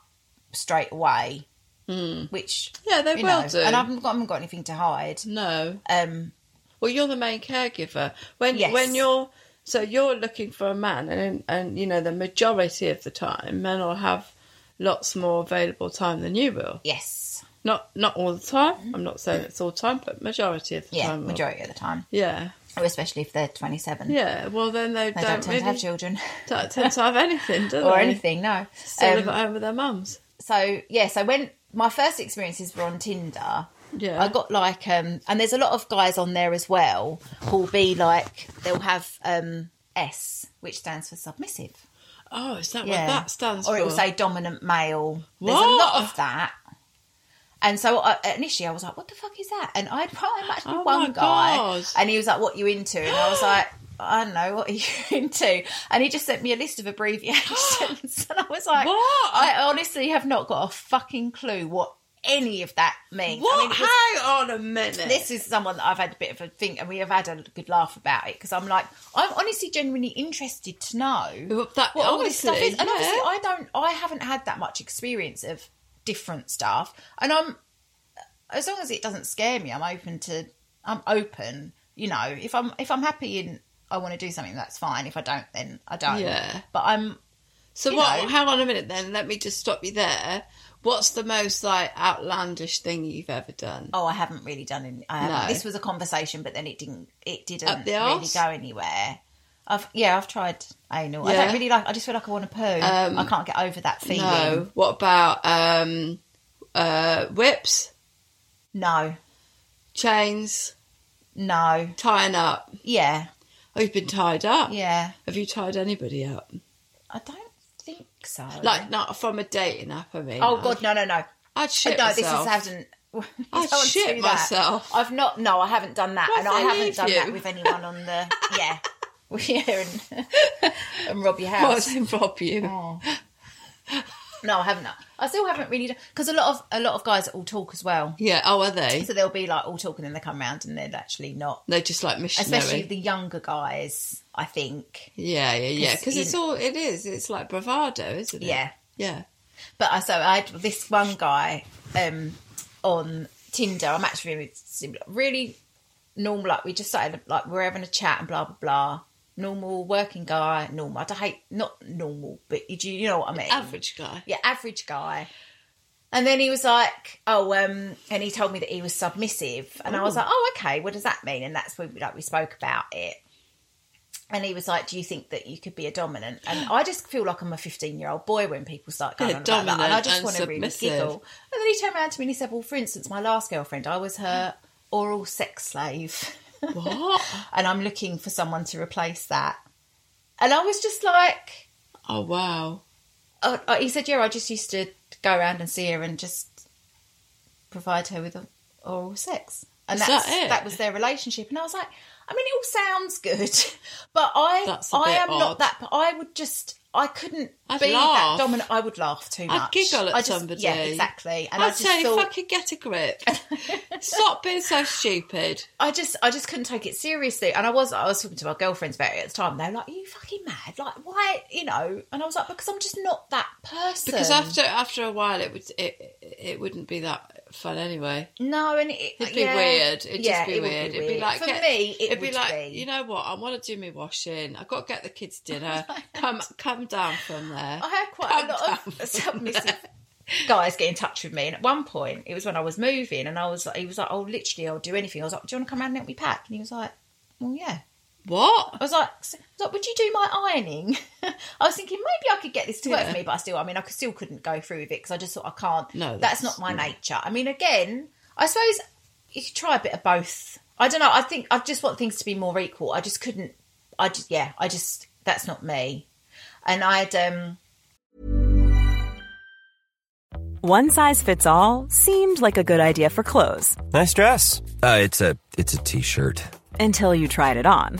straight away, which
Yeah, Hmm. they
you
will
know,
do.
And I haven't, got, I haven't got anything to hide.
No,
Um,
well, you're the main caregiver when
Yes.
when you're so you're looking for a man, and and you know the majority of the time men will have lots more available time than you will.
yes,
Not not all the time. I'm not saying it's all the time, but majority of
Mm-hmm.
the
yeah,
time. will.
majority of the time,
Yeah,
Or especially if they're twenty-seven.
yeah. Well, then they,
They don't, tend
really
to have children
don't tend to have anything, do they?
or anything, no.
Still
Um,
live at home with their mums.
so yeah, so when my first experiences were on Tinder,
Yeah.
I got like um and there's a lot of guys on there as well who'll be like they'll have um S, which stands for submissive.
Oh, is that what that stands
or
for?
it will say dominant male. There's a
What?
lot of that. And so I, initially I was like, what the fuck is that? And I had quite matched with
Oh
one
my
guy.
God.
And he was like, what you into? And I was like, I don't know, what are you into? And he just sent me a list of abbreviations. and I was like,
What?
I honestly have not got a fucking clue what any of that means. I
what?
mean, it was-
Hang on a minute.
this is someone that I've had a bit of a think, and we have had a good laugh about it because I'm like, I'm honestly genuinely interested to know
Well, that-
what all this stuff is,
honestly,
and obviously
yeah.
I don't, I haven't had that much experience of different stuff, and I'm as long as it doesn't scare me, I'm open to, I'm open, you know, if I'm if I'm happy and I want to do something, that's fine. If I don't, then I don't.
Yeah.
But I'm
So
you
what?
know.
Hang on a minute, then. Let me just stop you there. What's the most like outlandish thing you've ever done?
oh, I haven't really done any. I haven't.
No.
This was a conversation, but then it didn't. It didn't
Up the
really
arse?
go anywhere. I've yeah, I've tried anal. I
Yeah. Um,
don't really like. I just feel like I want to poo. I can't get over that feeling.
no.
No,
What about um, uh, whips,
no,
chains, tying up?
Yeah,
Oh, you've been tied up.
yeah.
Have you tied anybody up?
I don't think so.
Like not from a dating app. I mean.
oh
I'd-
god, no, no, no.
I'd shit
no, this
myself.
is hasn't. you
I
don't
shit
do that.
myself.
I've not. No, I haven't done that,
Why
and
did
I
I
haven't
leave
done
you?
that with anyone on the yeah, yeah, and, and rob your house.
Well, it's in Rob
Oh.
you.
No, I haven't. I still haven't really done because a lot of a lot of guys all talk as well.
Yeah. Oh, are they?
So they'll be like all talking, and they come round and they're actually not.
They're just like missionary.
Especially the younger guys, I think.
yeah, yeah, yeah.
'Cause
Because it's
in-
all it is. It's like bravado, isn't it?
Yeah.
Yeah.
But I so I had this one guy um, on Tinder. I'm actually really, really normal. Like we just started like we're having a chat and blah blah blah. Normal working guy, normal. I don't hate not normal, but you, do- you know what I mean.
Average guy.
yeah, average guy. And then he was like, oh, um, and he told me that he was submissive. And I was like, oh, okay, what does that mean? And that's when like, we spoke about it. And he was like, do you think that you could be a dominant? And I just feel like I'm a 15 year old boy when people start going
Yeah,
on about that. And I
dominant
just
and
want to really
submissive.
giggle. And then he turned around to me and he said, well, for instance, my last girlfriend, I was her oral sex slave.
What?
and I'm looking for someone to replace that. And I was just like,
Oh wow.
oh, oh, he said, yeah, I just used to go around and see her and just provide her with oral sex. And
Is
that's,
that it?
was their relationship. And I was like, I mean, it all sounds good, but I,
That's a
I
bit
am not
odd.
that, but I would just, I couldn't
I'd
be that
laugh.
dominant. I would laugh too much.
I'd giggle at
I just-
somebody.
Yeah, exactly. And
I'd
i just
say,
thought,
fucking get a grip. Stop being so stupid.
I just I just couldn't take it seriously. And I was I was talking to my girlfriends about it at the time. They were like, Are you fucking mad? Like, why you know? And I was like, Because I'm just not that person.
Because after after a while, it would it it wouldn't be that fun anyway.
No, and it,
It'd be
yeah.
weird. It'd
Yeah,
just be
it would
weird. It'd be like
for
get-
me. It
it'd
would
be like
be. Oh
you know what? I want to do my washing. I have got to get the kids dinner. come come down from there.
I had quite a
Calm
lot of
down.
submissive guys get in touch with me. And at one point, it was when I was moving, and I was he was like, "Oh, literally, I'll do anything." I was like, "Do you want to come round and help me pack?" And he was like, "Well, yeah."
What?
I was like, s- I was like, "Would you do my ironing?" I was thinking maybe I could get this to work for
Yeah.
me, but I still, I mean, I could, still couldn't go through with it because I just thought I can't.
No,
that's,
that's-
not my nature. I mean, again, I suppose you could try a bit of both. I don't know. I think I just want things to be more equal. I just couldn't. I just yeah. I just that's not me. And I'd um
One size fits all seemed like a good idea for clothes
Nice dress. Uh, it's a it's a t-shirt.
until you tried it on.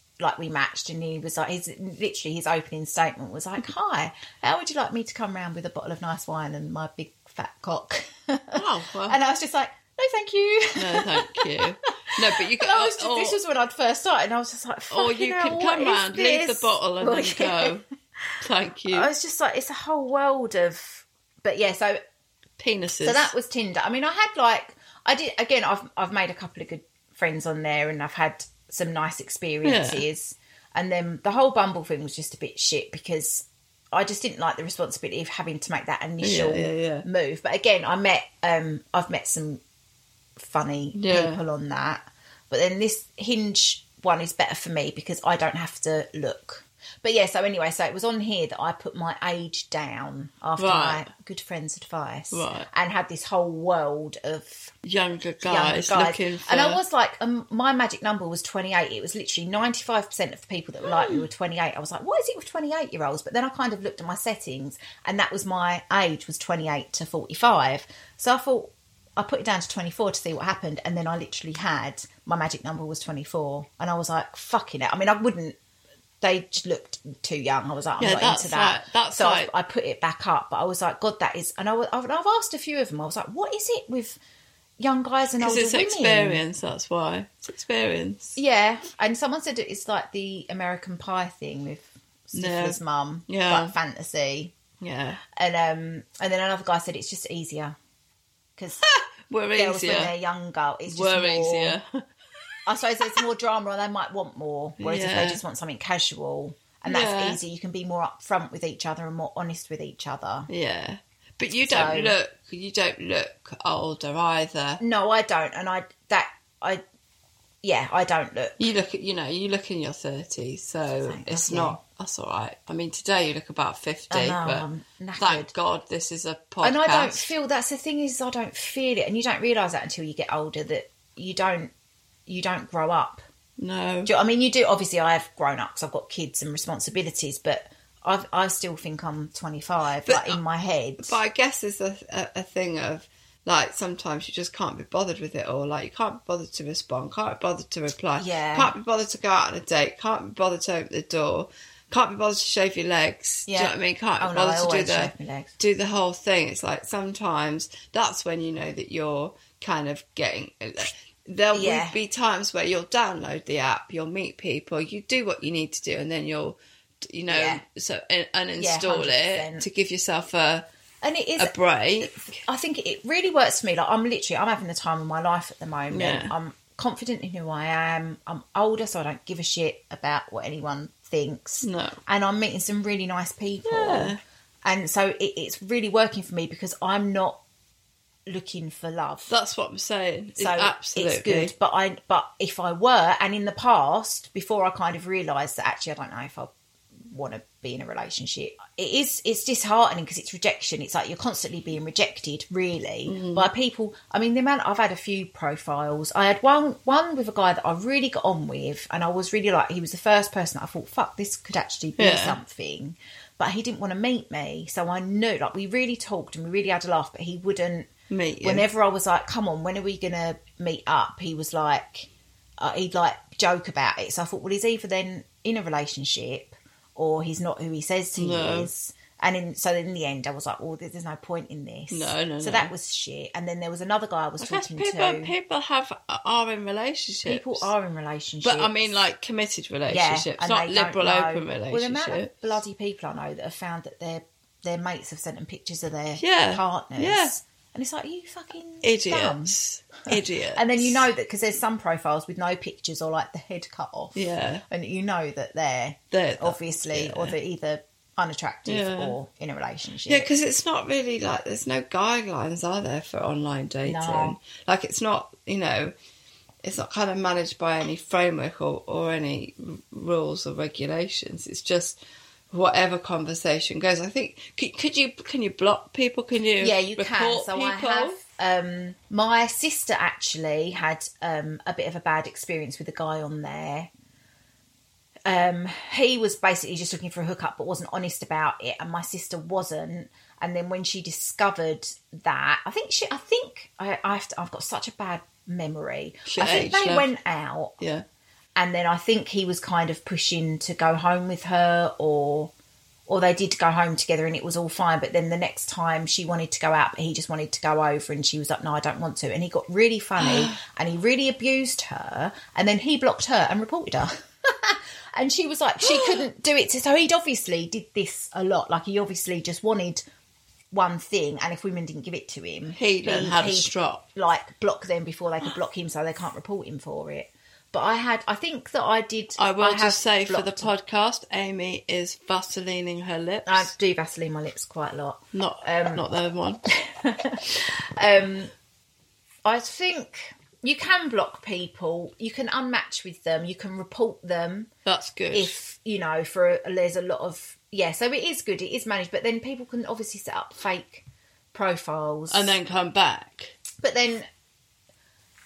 like we matched and he was like his literally his opening statement was like hi how would you like me to come round with a bottle of nice wine and my big fat cock
Oh, well.
and i was just like no thank you
No, thank you. No, but you can.
And I was just,
or,
this was when I'd first started, and I was just like,
or
"Fucking
you
hell,
can
what
come
is
round, leave the
this?" Oh,
bottle, and
Well,
then
yeah.
go. Thank you.
I was just like, it's a whole world of, but yeah. So
Penises.
So that was Tinder. I mean, I had like I did again. I've I've made a couple of good friends on there, and I've had some nice experiences. And then the whole Bumble thing was just a bit shit because I just didn't like the responsibility of having to make that initial
Yeah, yeah, yeah.
move. But again, I met um I've met some funny
Yeah.
people on that. But then this Hinge one is better for me because I don't have to look. But yeah, so anyway, so it was on here that I put my age down after
Right.
my good friend's advice
Right.
and had this whole world of
younger
young
guys,
guys.
looking for.
And I was like, um, my magic number was 28. It was literally 95% of the people that were like me
Hmm.
were 28. I was like, what is it with 28 year olds? But then I kind of looked at my settings and that was my age was 28 to 45. So I thought, I put it down to 24 to see what happened. And then I literally had my magic number was 24. And I was like, fucking it. I mean, I wouldn't. They just looked too young. I was like, I'm
Yeah,
not
that's
into that.
like- that's
so I-
like-
I, put it back up, but I was like, God, that is. And I, have I've asked a few of them. I was like, what is it with young guys and
because
older
it's
women.
experience. That's why it's experience.
Yeah, and someone said it's like the American Pie thing with Stifler's
Yeah.
mum,
Yeah.
like fantasy.
Yeah,
And um, and then another guy said it's just easier because
we're
girls when they're
easier.
younger, it's just
We're
more,
easier.
I suppose there's more drama, and they might want more. Whereas if
Yeah.
they just want something casual. And that's
Yeah.
easy. You can be more upfront with each other and more honest with each other.
Yeah, but you don't
So-
look. You don't look older either.
No, I don't, and I that I, yeah, I don't look.
You look, you know, you look in your thirties, so
Thank
it's
God,
not. That's all right. I mean, today you look about fifty,
I know,
but
I'm knackered.
thank God this is a podcast.
And I don't feel that's the thing is I don't feel it, and you don't realise that until you get older that you don't you don't grow up.
No,
Do you, I mean, you do. Obviously, I have grown up because I've got kids and responsibilities, but I've, I still think I'm 25,
But
like in my head.
but I guess there's a, a, a thing of like sometimes you just can't be bothered with it all. Like you can't be bothered to respond, can't be bothered to reply,
Yeah.
can't be bothered to go out on a date, can't be bothered to open the door, can't be bothered to shave your legs. Do you know what I mean? Can't
oh,
be
no, I
bothered to do
always
the
shave my legs.
do the whole thing. It's like sometimes that's when you know that you're kind of getting. There
Yeah.
will be times where you'll download the app, you'll meet people, you do what you need to do, and then you'll, you know,
Yeah.
so un- uninstall it
100%.
to give yourself a
And it is
a break.
I think it really works for me. Like I'm literally, I'm having the time of my life at the moment.
Yeah.
I'm confident in who I am. I'm older, so I don't give a shit about what anyone thinks.
No.
and I'm meeting some really nice people. And so it, it's really working for me because I'm not looking for love.
That's what I'm saying.
so
absolutely.
it's good, but I but if I were, and in the past, before I kind of realised that actually I don't know if I want to be in a relationship. It is it's disheartening because it's rejection. It's like you're constantly being rejected, really,
Mm.
by people. I mean, the amount I've had a few profiles. I had one one with a guy that I really got on with, and I was really like he was the first person that I thought, fuck, this could actually be
Yeah.
something. But he didn't want to meet me, so I knew like we really talked and we really had a laugh, but he wouldn't
Meet you.
Whenever I was like, "Come on, when are we gonna meet up?" He was like, uh, he'd like joke about it. So I thought, well, he's either then in a relationship or he's not who he says he
No.
is. And in, so in the end, I was like, well, there- there's no point in this.
No, no,
So
no.
that was shit. And then there was another guy I was
Because
talking
people
to.
people have are in relationships.
People are in relationships.
But I mean, like committed
yeah,
relationships,
and
not
they don't
liberal
know.
open
Well, the amount
relationships.
of bloody people I know that have found that their their mates have sent them pictures of their
Yeah,
partners.
yeah.
And it's like, you fucking dumb.
Idiots, idiots,
And then you know that because there's some profiles with no pictures or like the head cut off.
Yeah.
And you know that they're
They're-
obviously, or they're either unattractive
Yeah.
or in a relationship.
Yeah, because it's not really like there's no guidelines, are there, for online dating?
No.
Like it's not, you know, it's not kind of managed by any framework or, or any r- rules or regulations. It's just whatever conversation goes. I think could, could you can you block people? Can you
yeah, you can.
report
So
people?
I have. Um, my sister actually had um, a bit of a bad experience with a guy on there. Um, he was basically just looking for a hookup, but wasn't honest about it, and my sister wasn't. And then when she discovered that, I think she, I think I, I have to, I've got such a bad memory.
Shit
I think
age,
they
love.
went out,
yeah.
and then I think he was kind of pushing to go home with her or or they did go home together and it was all fine but then the next time she wanted to go out but he just wanted to go over and she was like no I don't want to and he got really funny and he really abused her and then he blocked her and reported her and she was like she couldn't do it so he'd obviously did this a lot like he obviously just wanted one thing and if women didn't give it to him
He then had a
he'd,
strop.
like block them before they could block him so they can't report him for it but I had I think that I did
I will
have
just say for the
blocked-
podcast, Amy is vaselining her lips.
I do Vaseline my lips quite a lot
not not the one.
um, I think you can block people. You can unmatch with them. You can report them
That's good.
if you know for a, there's a lot of yeah. So it is good. It is managed, but then people can obviously set up fake profiles
and then come back.
but then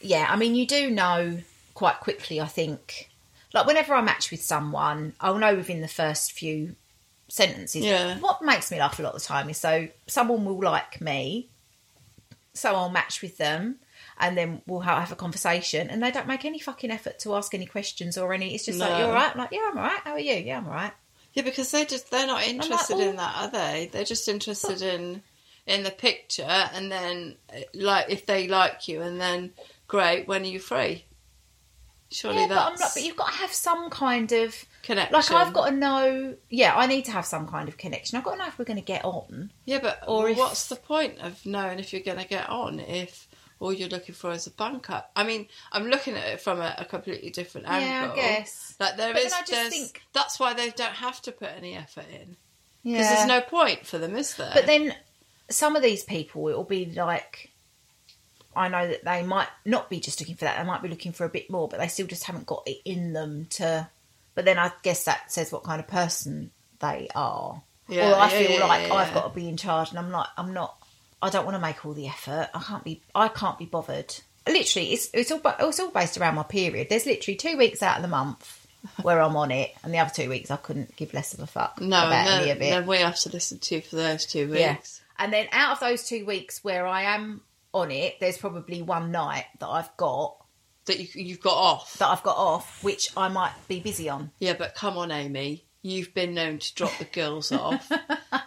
yeah i mean you do know quite quickly i think like whenever i match with someone i'll know within the first few sentences
Yeah.
what makes me laugh a lot of the time is so someone will like me so i'll match with them and then we'll ha- have a conversation and they don't make any fucking effort to ask any questions or any it's just like
No.
you're all right i'm like yeah i'm all right how are you yeah i'm all right
Yeah, because they just they're not interested
"Oh."
in that, are they? They're just interested in in the picture, and then uh, like if they like you, and then great. When are you free? Surely
yeah,
that's
but I'm not. But you've got to have some kind of
Connection.
Like I've got to know. Yeah, I need to have some kind of connection. I've got to know if we're going to get on.
yeah, but
or if-
what's the point of knowing if you're going to get on if all you're looking for is a bank up? I mean, I'm looking at it from a, a completely different
Yeah, I
angle.
guess.
Like there
But then
is-
I just
there's-
think-
that's why they don't have to put any effort in
Yeah,
because there's no point for them, is there?
But then some of these people, it will be like. I know that they might not be just looking for that. They might be looking for a bit more, but they still just haven't got it in them to. But then I guess that says what kind of person they are.
Yeah,
or I
yeah,
feel
yeah,
like
yeah,
I've
yeah.
got to be in charge, and I'm like, I'm not. I don't want to make all the effort. I can't be. I can't be bothered. Literally, it's it's all ba- it's all based around my period. There's literally two weeks out of the month where I'm on it, and the other two weeks I couldn't give less of a fuck
no,
about
no,
any of it.
then we have to listen to for those two weeks.
Yeah. And then out of those two weeks where I am on it, there's probably one night that I've got
that you, you've got off.
that I've got off, which I might be busy on.
Yeah, but come on, Amy. You've been known to drop the girls off, and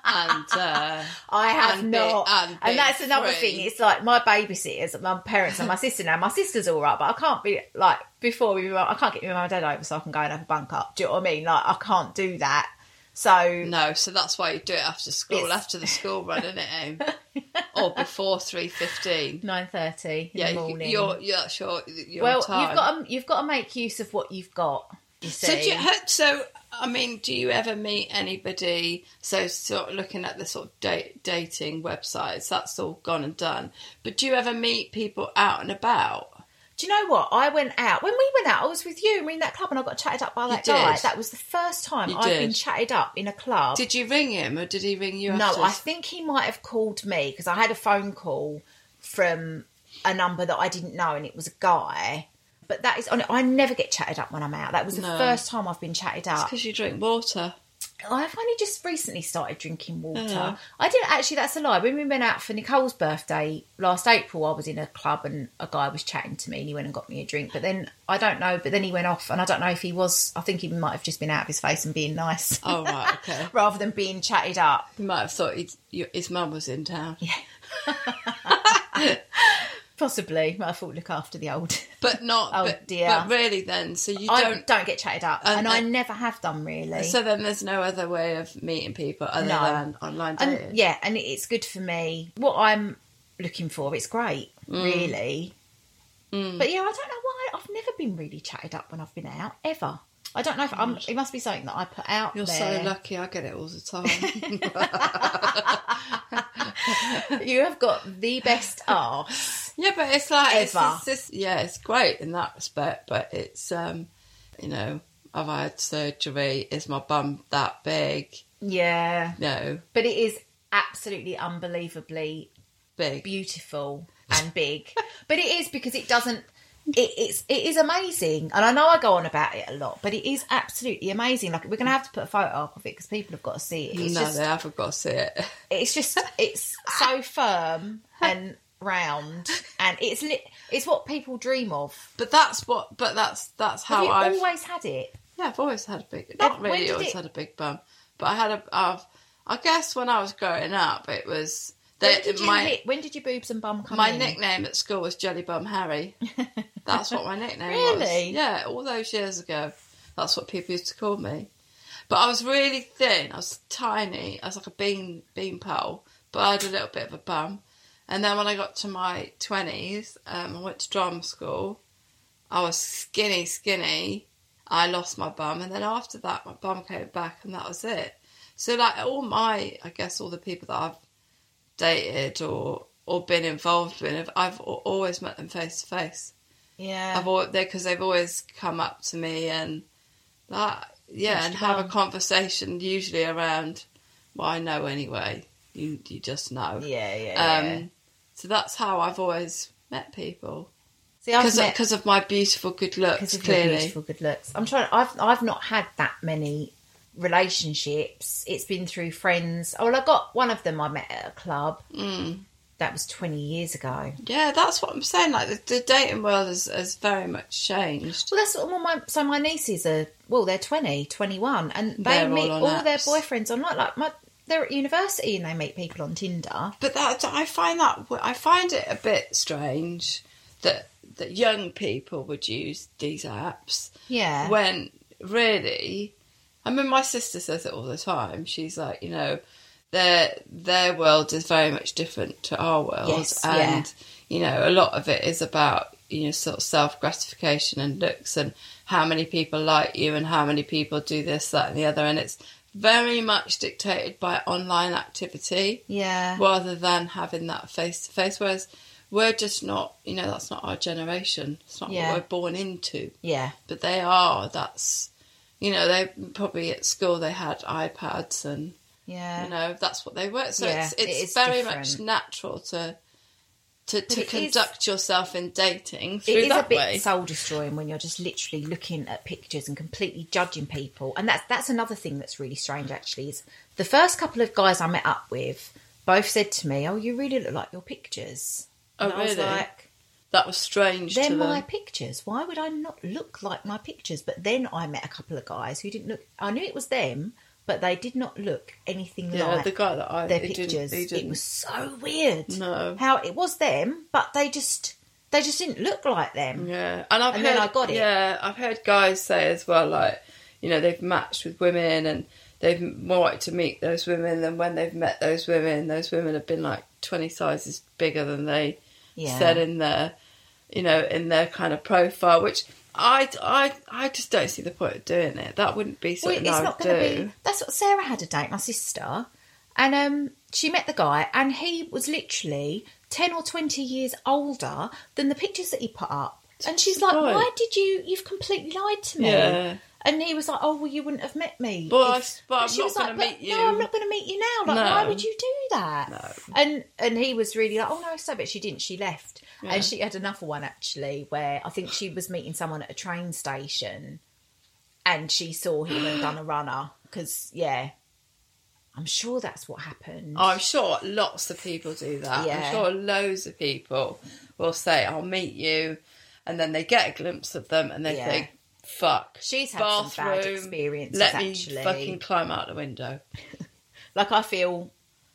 uh,
I have
And be-
not,
and
and,
be
that's another
free.
thing. It's like my babysitters, my parents, and my sister now. My sister's all right, but I can't be like before we. Were, I can't get my mum and dad over so I can go and have a bunk up. Do you know what I mean? Like I can't do that. So
no, so that's why you do it after school,
It's-
after the school run, isn't it, Amy? or before three fifteen.
nine thirty in
Yeah,
the
you-
morning.
you're yeah, sure. Your
well,
time.
you've got to, you've got to make use of what you've got. You see,
So, do you, ha- so I mean, do you ever meet anybody? So, sort of looking at the sort of date, dating websites, that's all gone and done. But do you ever meet people out and about?
Do you know what? I went out. When we went out, I was with you and we were in that club and I got chatted up by that
did.
guy. That was the first time
You
I've
did.
been chatted up in a club.
Did you ring him, or did he ring you?
no,
after?
I think he might have called me because I had a phone call from a number that I didn't know and it was a guy. But that is on I never get chatted up when I'm out. That was the
No.
first time I've been chatted up.
because you drink water.
I've only just recently started drinking water.
Mm.
I did actually. That's a lie. When we went out for Nicole's birthday last April, I was in a club and a guy was chatting to me, and he went and got me a drink. But then I don't know. But then he went off, and I don't know if he was. I think he might have just been out of his face and being nice,
Oh right, okay.
rather than being chatted up.
You might have thought he'd, you, his mum was in town.
Possibly, might have thought look after the old.
But not.
Oh,
but,
dear.
But really, then, so you
I
don't.
don't, get chatted up,
and-
and, I
and-
never have done really.
So then there's no other way of meeting people other
No.
than online dating.
and yeah, and it's good for me. What I'm looking for, it's great,
Mm.
really. But yeah, I don't know why I've never been really chatted up when I've been out ever. I don't know if I'm, it must be something that I put out
You're
there.
so lucky. I get it all the time.
You have got the best arse.
yeah, but it's like it's,
Ever.
it's just- yeah, it's great in that respect. But it's um, you know, I've had surgery. Is my bum that big?
Yeah.
No,
But it is absolutely unbelievably
big.
beautiful and big. but it is because it doesn't. It, it's it is amazing, and I know I go on about it a lot, but it is absolutely amazing. Like we're gonna have to put a photo up of it because people have got to see it. It's
no,
just
they haven't got to see it.
it's just it's so firm and round, and it's lit. It's what people dream of.
But that's what. But that's that's
Have
how
you
I've.
always had it?
Yeah, I've always had a big. Not
When
really
did
always
it-
had a big bum, but I had a. I've, I guess when I was growing up, it was.
When
that
did you
my
hit, when did your boobs and bum come?
my
in?
nickname at school was Jelly Bum Harry. That's what my nickname
Really?
was. Yeah, all those years ago, that's what people used to call me. But I was really thin. I was tiny. I was like a bean bean pole, but I had a little bit of a bum. And then when I got to my twenties, um, I went to drama school. I was skinny, skinny. I lost my bum, and then after that, my bum came back, and that was it. So, like all my, I guess all the people that I've dated or or been involved with, I've al- always met them face to face.
Yeah,
I've always because they've always come up to me and like yeah, and have a conversation usually around. Well, I know anyway. You you just know.
yeah, yeah.
Um.
yeah.
So that's how I've always met people
See, I've
because
met-
because of my beautiful good looks.
because of
Clearly,
your beautiful good looks. I'm trying. I've I've not had that many relationships. It's been through friends. Oh, well, I got one of them I met at a club. Mm. That was 20 years ago.
yeah, that's what I'm saying. Like the, the dating world has, has very much changed.
Well, that's what well, my so my nieces are. Well, they're 20, 21, and they
They're all
meet all,
on
their
apps.
boyfriends online. Like my, they're at university and they meet people on Tinder.
but that I find that I find it a bit strange that that young people would use these apps.
Yeah.
When really, I mean, my sister says it all the time. She's like, you know, their their world is very much different to our world,
Yes,
and you know, a lot of it is about you know sort of self gratification and looks and how many people like you and how many people do this, that, and the other, and it's very much dictated by online activity
Yeah.
rather than having that face to face. Whereas we're just not, you know, that's not our generation. It's not
Yeah.
what we're born into.
yeah.
But they are. That's, you know, they probably at school they had iPads and
Yeah.
you know that's what they were. So
Yeah,
it's
it
it's
is
very
different.
much natural to to, to
it is-
conduct yourself in dating through
It is
that
a bit
way.
soul destroying when you're just literally looking at pictures and completely judging people. And that's that's another thing that's really strange actually is the first couple of guys I met up with both said to me, "Oh, you really look like your pictures."
Oh,
and I was
really?
like,
that was strange to
"They're
them.
my pictures. Why would I not look like my pictures?" But then I met a couple of guys who didn't look. I knew it was them, but they did not look anything
yeah,
like
the guy that I
their
he didn't-
pictures.
he
It
didn't-
was so weird.
No.
how it was them, but they just they just didn't look like them.
Yeah, and I've
And
heard,
then I got it.
Yeah, I've heard guys say as well, like you know, they've matched with women and they've wanted to meet those women, and when they've met those women, those women have been like twenty sizes bigger than they
Yeah.
said in their, you know, in their kind of profile, which. I, I, I just don't see the point of doing it. That wouldn't be
Well,
something
it's
I
not
would
going
do.
to be. That's what Sarah had a date, my sister, and um, she met the guy, and he was literally ten or twenty years older than the pictures that he put up. And she's like,
Right.
"Why did you? You've completely lied to me."
Yeah.
And he was like, "Oh, well, you wouldn't have met me."
Well, I s- but I'm
she
not
was like,
gonna
"But
meet
No,
you."
I'm not going to meet you now. Like,
No.
why would you do that? And and he was really like, "Oh no, so but she didn't. She left." And she had another one actually, where I think she was meeting someone at a train station and she saw him and done a runner because yeah i'm sure that's what happened
Oh, I'm sure lots of people do that.
Yeah.
I'm sure loads of people will say, I'll meet you. And then they get a glimpse of them and they
Yeah.
think, fuck.
She's had some bad
bathroom,
experiences,
Let me
actually."
fucking climb out the window.
like i feel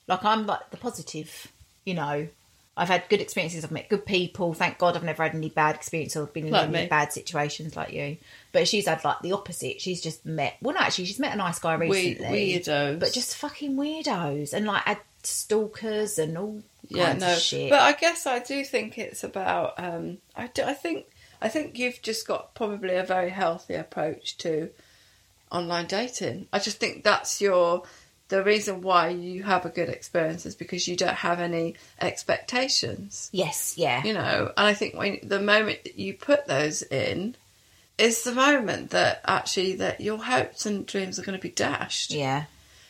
like i'm like the positive you know i've had good experiences i've met good people thank god i've never had any bad experiences or been in
Like
any
me.
bad situations like you but she's had like the opposite she's just met well no, actually she's met a nice guy
We,
recently
weirdos.
but just fucking weirdos and like had stalkers and all
yeah,
kinds
no.
of shit
But I guess I do think it's about. Um, I do. I think. I think you've just got probably a very healthy approach to online dating. I just think that's your the reason why you have a good experience is because you don't have any expectations.
Yes, yeah.
You know, and I think when the moment that you put those in is the moment that actually that your hopes and dreams are going to be dashed.
Yeah.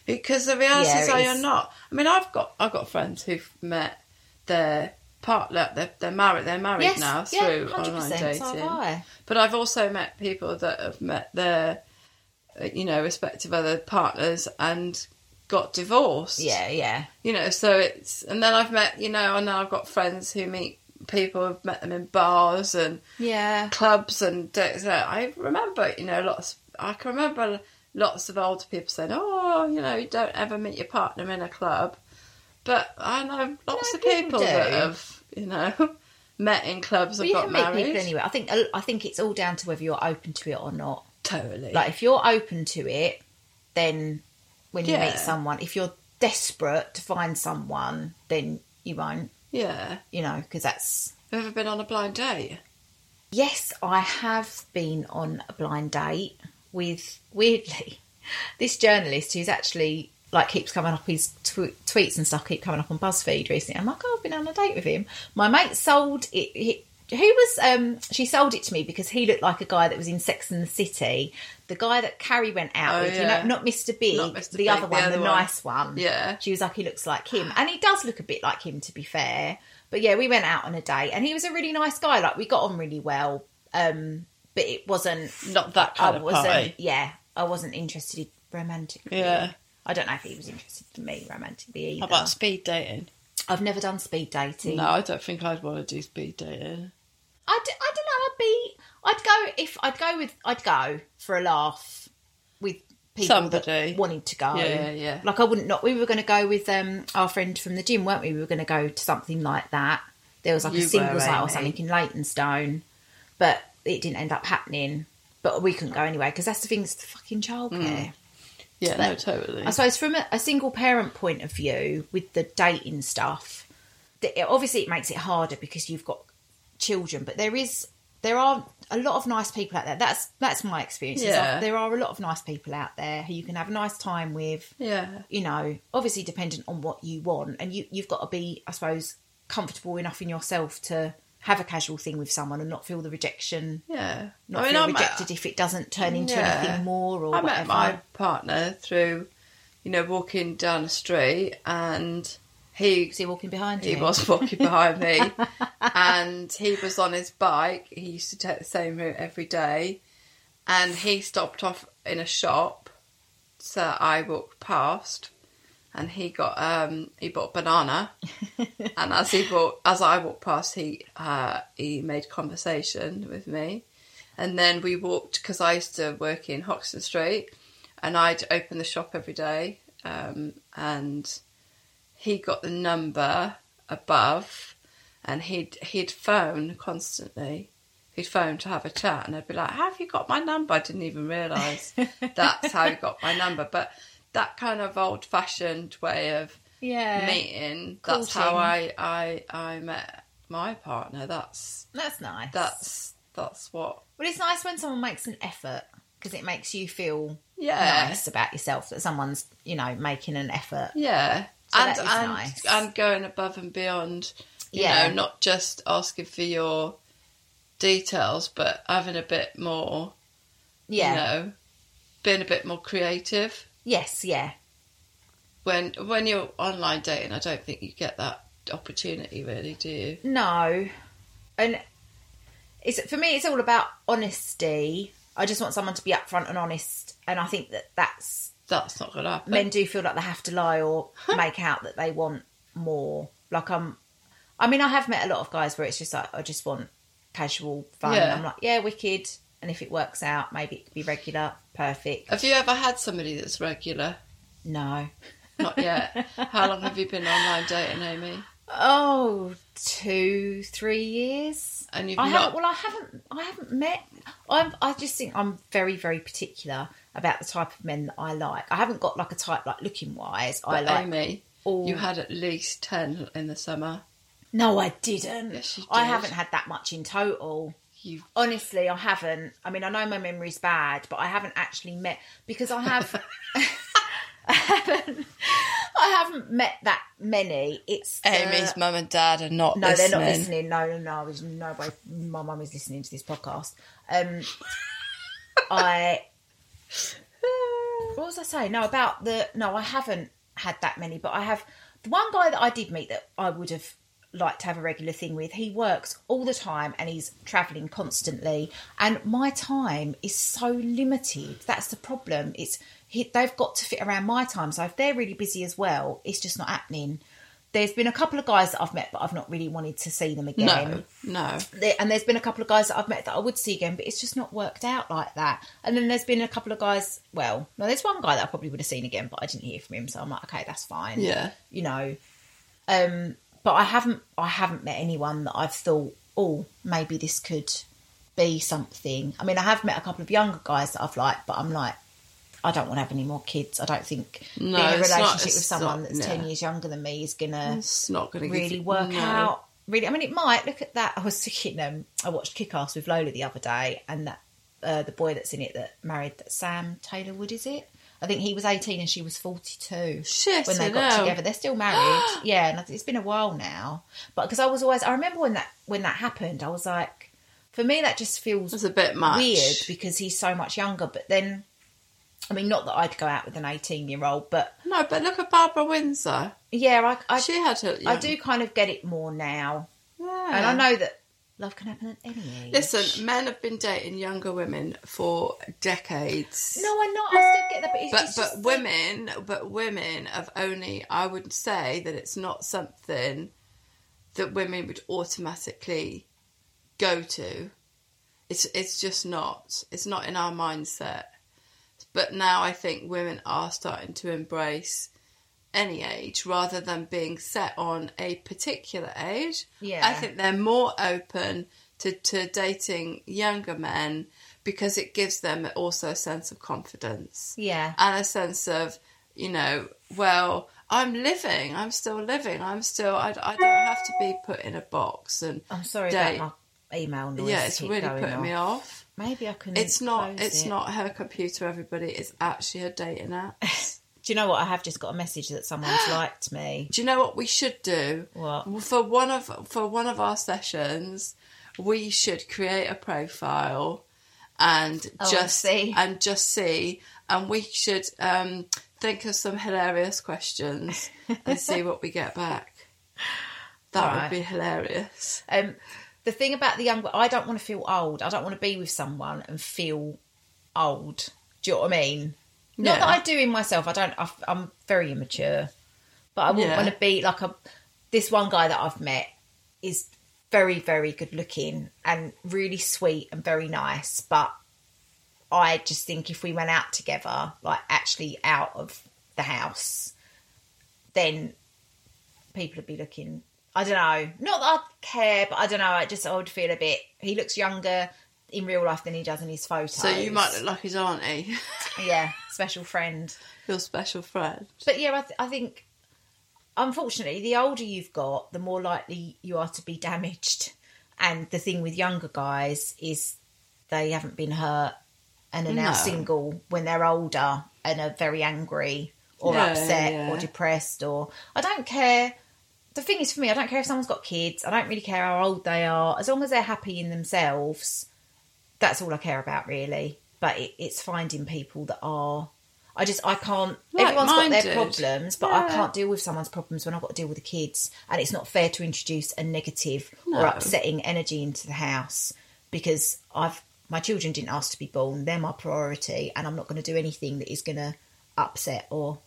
Because the reality
Yeah,
is,
it
I
is.
are not. I mean, I've got I've got friends who've met their partner. They're, they're married. They're married
Yes,
now
yeah,
through online
100%,
dating.
so have I.
But I've also met people that have met their, uh, you know, respective other partners and got divorced.
Yeah, yeah.
You know, so it's and then I've met you know, and now I've got friends who meet people who've met them in bars and
Yeah.
clubs and da- so I remember, you know, lots. I can remember lots of older people saying, "Oh, you know, you don't ever meet your partner in a club," but I know lots
No,
of
people
people
do.
that have, you know, met in clubs
But
and
you
got
can meet
married.
people anyway. I think I think it's all down to whether you're open to it or not.
Totally.
Like if you're open to it, then when you
Yeah.
meet someone, if you're desperate to find someone, then you won't.
yeah.
You know, because that's
Have you ever been on a blind date?
yes, I have been on a blind date with weirdly this journalist who's actually like keeps coming up his tw- tweets and stuff keep coming up on BuzzFeed recently. I'm like, oh, I've been on a date with him. My mate sold it. He, who was um she sold it to me because he looked like a guy that was in Sex and the City, the guy that Carrie went out
Oh,
with,
yeah.
you know, not Mr. Big,
Not Mr.
the
Big,
other
the
one, the,
other one.
nice one.
Yeah.
She was like, he looks like him. And he does look a bit like him, to be fair. But yeah, we went out on a date and he was a really nice guy. Like, we got on really well. Um, but it wasn't.
Not that kind
I
of
wasn't.
party.
Yeah. I wasn't interested romantically.
Yeah.
I don't know if he was interested in me romantically either.
How about speed dating?
I've never done speed dating.
No, I don't think I'd want to do speed dating.
I, d- I don't know. I'd be. I'd go if I'd go with. I'd go for a laugh with people
Somebody.
that wanted to go.
Yeah, yeah.
Like I wouldn't not. We were going to go with um our friend from the gym, weren't we? We were going to go to something like that. There was like
You
a
were,
singles night or
Amy.
something in Leytonstone, but it didn't end up happening. But we couldn't go anyway because that's the thing. It's the fucking childcare.
Mm. Yeah, no,
But-
totally.
I suppose from a, a single parent point of view, with the dating stuff, that it, obviously it makes it harder because you've got children. But there is there are a lot of nice people out there. That's that's my experience. is
Yeah.
that there are a lot of nice people out there who you can have a nice time with.
Yeah.
You know, obviously dependent on what you want, and you you've got to be, I suppose, comfortable enough in yourself to have a casual thing with someone and not feel the rejection.
Yeah.
Not feel
I'm-
rejected if it doesn't turn into
Yeah.
anything more or
I
whatever.
met my partner through, you know, walking down the street, and he
Was he walking behind
he
you?
was walking behind me, and he was on his bike. He used to take the same route every day, and he stopped off in a shop, so I walked past, and he got um he bought a banana, and as he bought as I walked past, he uh he made conversation with me, and then we walked because I used to work in Hoxton Street, and I'd open the shop every day, um and he got the number above and he'd he'd phone constantly. He'd phone to have a chat and I'd be like, How have you got my number? I didn't even realise that's how he got my number. But that kind of old fashioned way of
Yeah.
meeting, that's how I, I I met my partner. That's
That's nice.
that's that's what
Well, it's nice when someone makes an effort because it makes you feel
Yeah.
nice about yourself that someone's, you know, making an effort.
Yeah.
So
and
that is
and
nice.
and going above and beyond, you
Yeah.
know, not just asking for your details, but having a bit more,
Yeah.
you know, being a bit more creative.
Yes, yeah.
When when you're online dating, I don't think you get that opportunity really, do you?
No. And it's for me it's all about honesty. I just want someone to be upfront and honest and I think that that's
That's not gonna happen.
men do feel like they have to lie or make out that they want more. Like I'm, I mean, I have met a lot of guys where it's just like I just want casual fun.
Yeah.
I'm like, yeah, wicked. And if it works out, maybe it could be regular, perfect.
have you ever had somebody that's regular?
No.
Not yet. How long have you been online dating, Amy?
Oh, two, three years.
And you've
I
not
haven't. Well, I haven't. I haven't met. I'm. I just think I'm very, very particular about the type of men that I like. I haven't got like a type like looking wise. I
but
like
Amy,
all-
you had at least ten in the summer.
No, I didn't.
Yes, you
I
did.
haven't had that much in total.
you
Honestly, I haven't. I mean, I know my memory's bad, but I haven't actually met because I have. I haven't. I haven't met that many. It's the-
Amy's mum and dad are not
Uh, No,
listening.
they're not listening. No, no, no. There's no way my mum is listening to this podcast. Um, I. What was I saying? No, about the. No, I haven't had that many, but I have. The one guy that I did meet that I would have liked to have a regular thing with, he works all the time and he's travelling constantly. And my time is so limited. That's the problem. It's. He, they've got to fit around my time. So if they're really busy as well, it's just not happening there's been a couple of guys that I've met, but I've not really wanted to see them again.
No, no.
There- And there's been a couple of guys that I've met that I would see again, but it's just not worked out like that. And then there's been a couple of guys. Well, no, there's one guy that I probably would have seen again, but I didn't hear from him, so I'm like, okay, that's fine.
Yeah.
you know. Um, but I haven't, I haven't met anyone that I've thought, oh, maybe this could be something. I mean, I have met a couple of younger guys that I've liked, but I'm like, I don't want to have any more kids. I don't think being in
No,
a
it's not-
relationship with
it's
someone
not-
that's
no.
ten years younger than me is gonna
It's not going to
really work out. Really, I mean, it might. Look at that. I was thinking, um, I watched Kick Ass with Lola the other day, and that uh, the boy that's in it that married that Sam Taylor Wood is it? I think he was eighteen and she was forty-two
Shit,
when
I
they got
know.
together. They're still married, yeah. And I think it's been a while now, but because I was always, I remember when that when that happened, I was like, for me, that just feels
It's a bit much.
weird because he's so much younger. But then, I mean, not that I'd go out with an eighteen-year-old, but
No, but look at Barbara Windsor.
yeah, I, I
she had her.
I do kind of get it more now.
Yeah.
And I know that love can happen at any age.
Listen, men have been dating younger women for decades.
No, I'm not. I still get that, but it's,
but
it's
but
just the-
women but women have only I would say that it's not something that women would automatically go to. It's it's just not. It's not in our mindset. But now I think women are starting to embrace any age rather than being set on a particular age.
Yeah.
I think they're more open to, to dating younger men because it gives them also a sense of confidence
Yeah.
and a sense of you know well i'm living i'm still living i'm still i, I don't have to be put in a box and
I'm sorry
date.
about my email noise.
yeah
to
it's
keep
really
going
putting me off
Maybe I can.
it's not
close
it's
it.
not her computer everybody it's actually her dating app
Do you know what? I have just got a message that someone's liked me.
do you know what we should do
What?
for one of for one of our sessions we should create a profile and
Oh, I
just
see.
and just see and we should um think of some hilarious questions and see what we get back that
All
would
right.
be hilarious
Um, the thing about the young, I don't want to feel old. I don't want to be with someone and feel old. Do you know what I mean? Not
Yeah.
that I do in myself. I don't. I, am very immature, but I wouldn't
Yeah.
want to be like a. This one guy that I've met is very, very good looking and really sweet and very nice. But I just think if we went out together, like actually out of the house, then people would be looking. I don't know. Not that I care, but I don't know. I just I would feel a bit. He looks younger in real life than he does in his photos.
so you might look like his auntie
yeah, special friend.
your special friend
But yeah, I, th- I think unfortunately, the older you've got, the more likely you are to be damaged. And the thing with younger guys is they haven't been hurt and are now
No.
single when they're older and are very angry or
Yeah,
upset
yeah.
or depressed or I don't care. The thing is for me, I don't care if someone's got kids. I don't really care how old they are. As long as they're happy in themselves, that's all I care about really. But it, it's finding people that are. I just I can't. everyone's got their
Like-minded.
problems, but I can't deal with someone's problems when I've got to deal with the kids, and it's not fair to introduce a negative or upsetting energy into the house because I've my children didn't ask to be born. They're my priority, and I'm not going to do anything that is going to upset or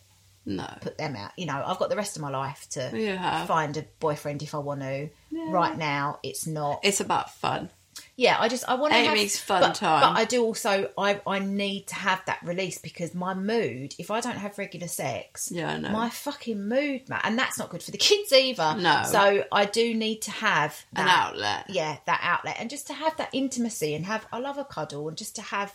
no
put them out. You know, I've got the rest of my life to
You have.
find a boyfriend if I want to. Right now, it's not
it's about fun
yeah, I just I want to
Amy's
have,
fun
but,
time.
But I do also I I need to have that release because my mood, if I don't have regular sex,
Yeah, I know.
my fucking mood, man, and that's not good for the kids either.
No.
so I do need to have that,
an outlet
yeah, that outlet, and just to have that intimacy and have I love a cuddle and just to have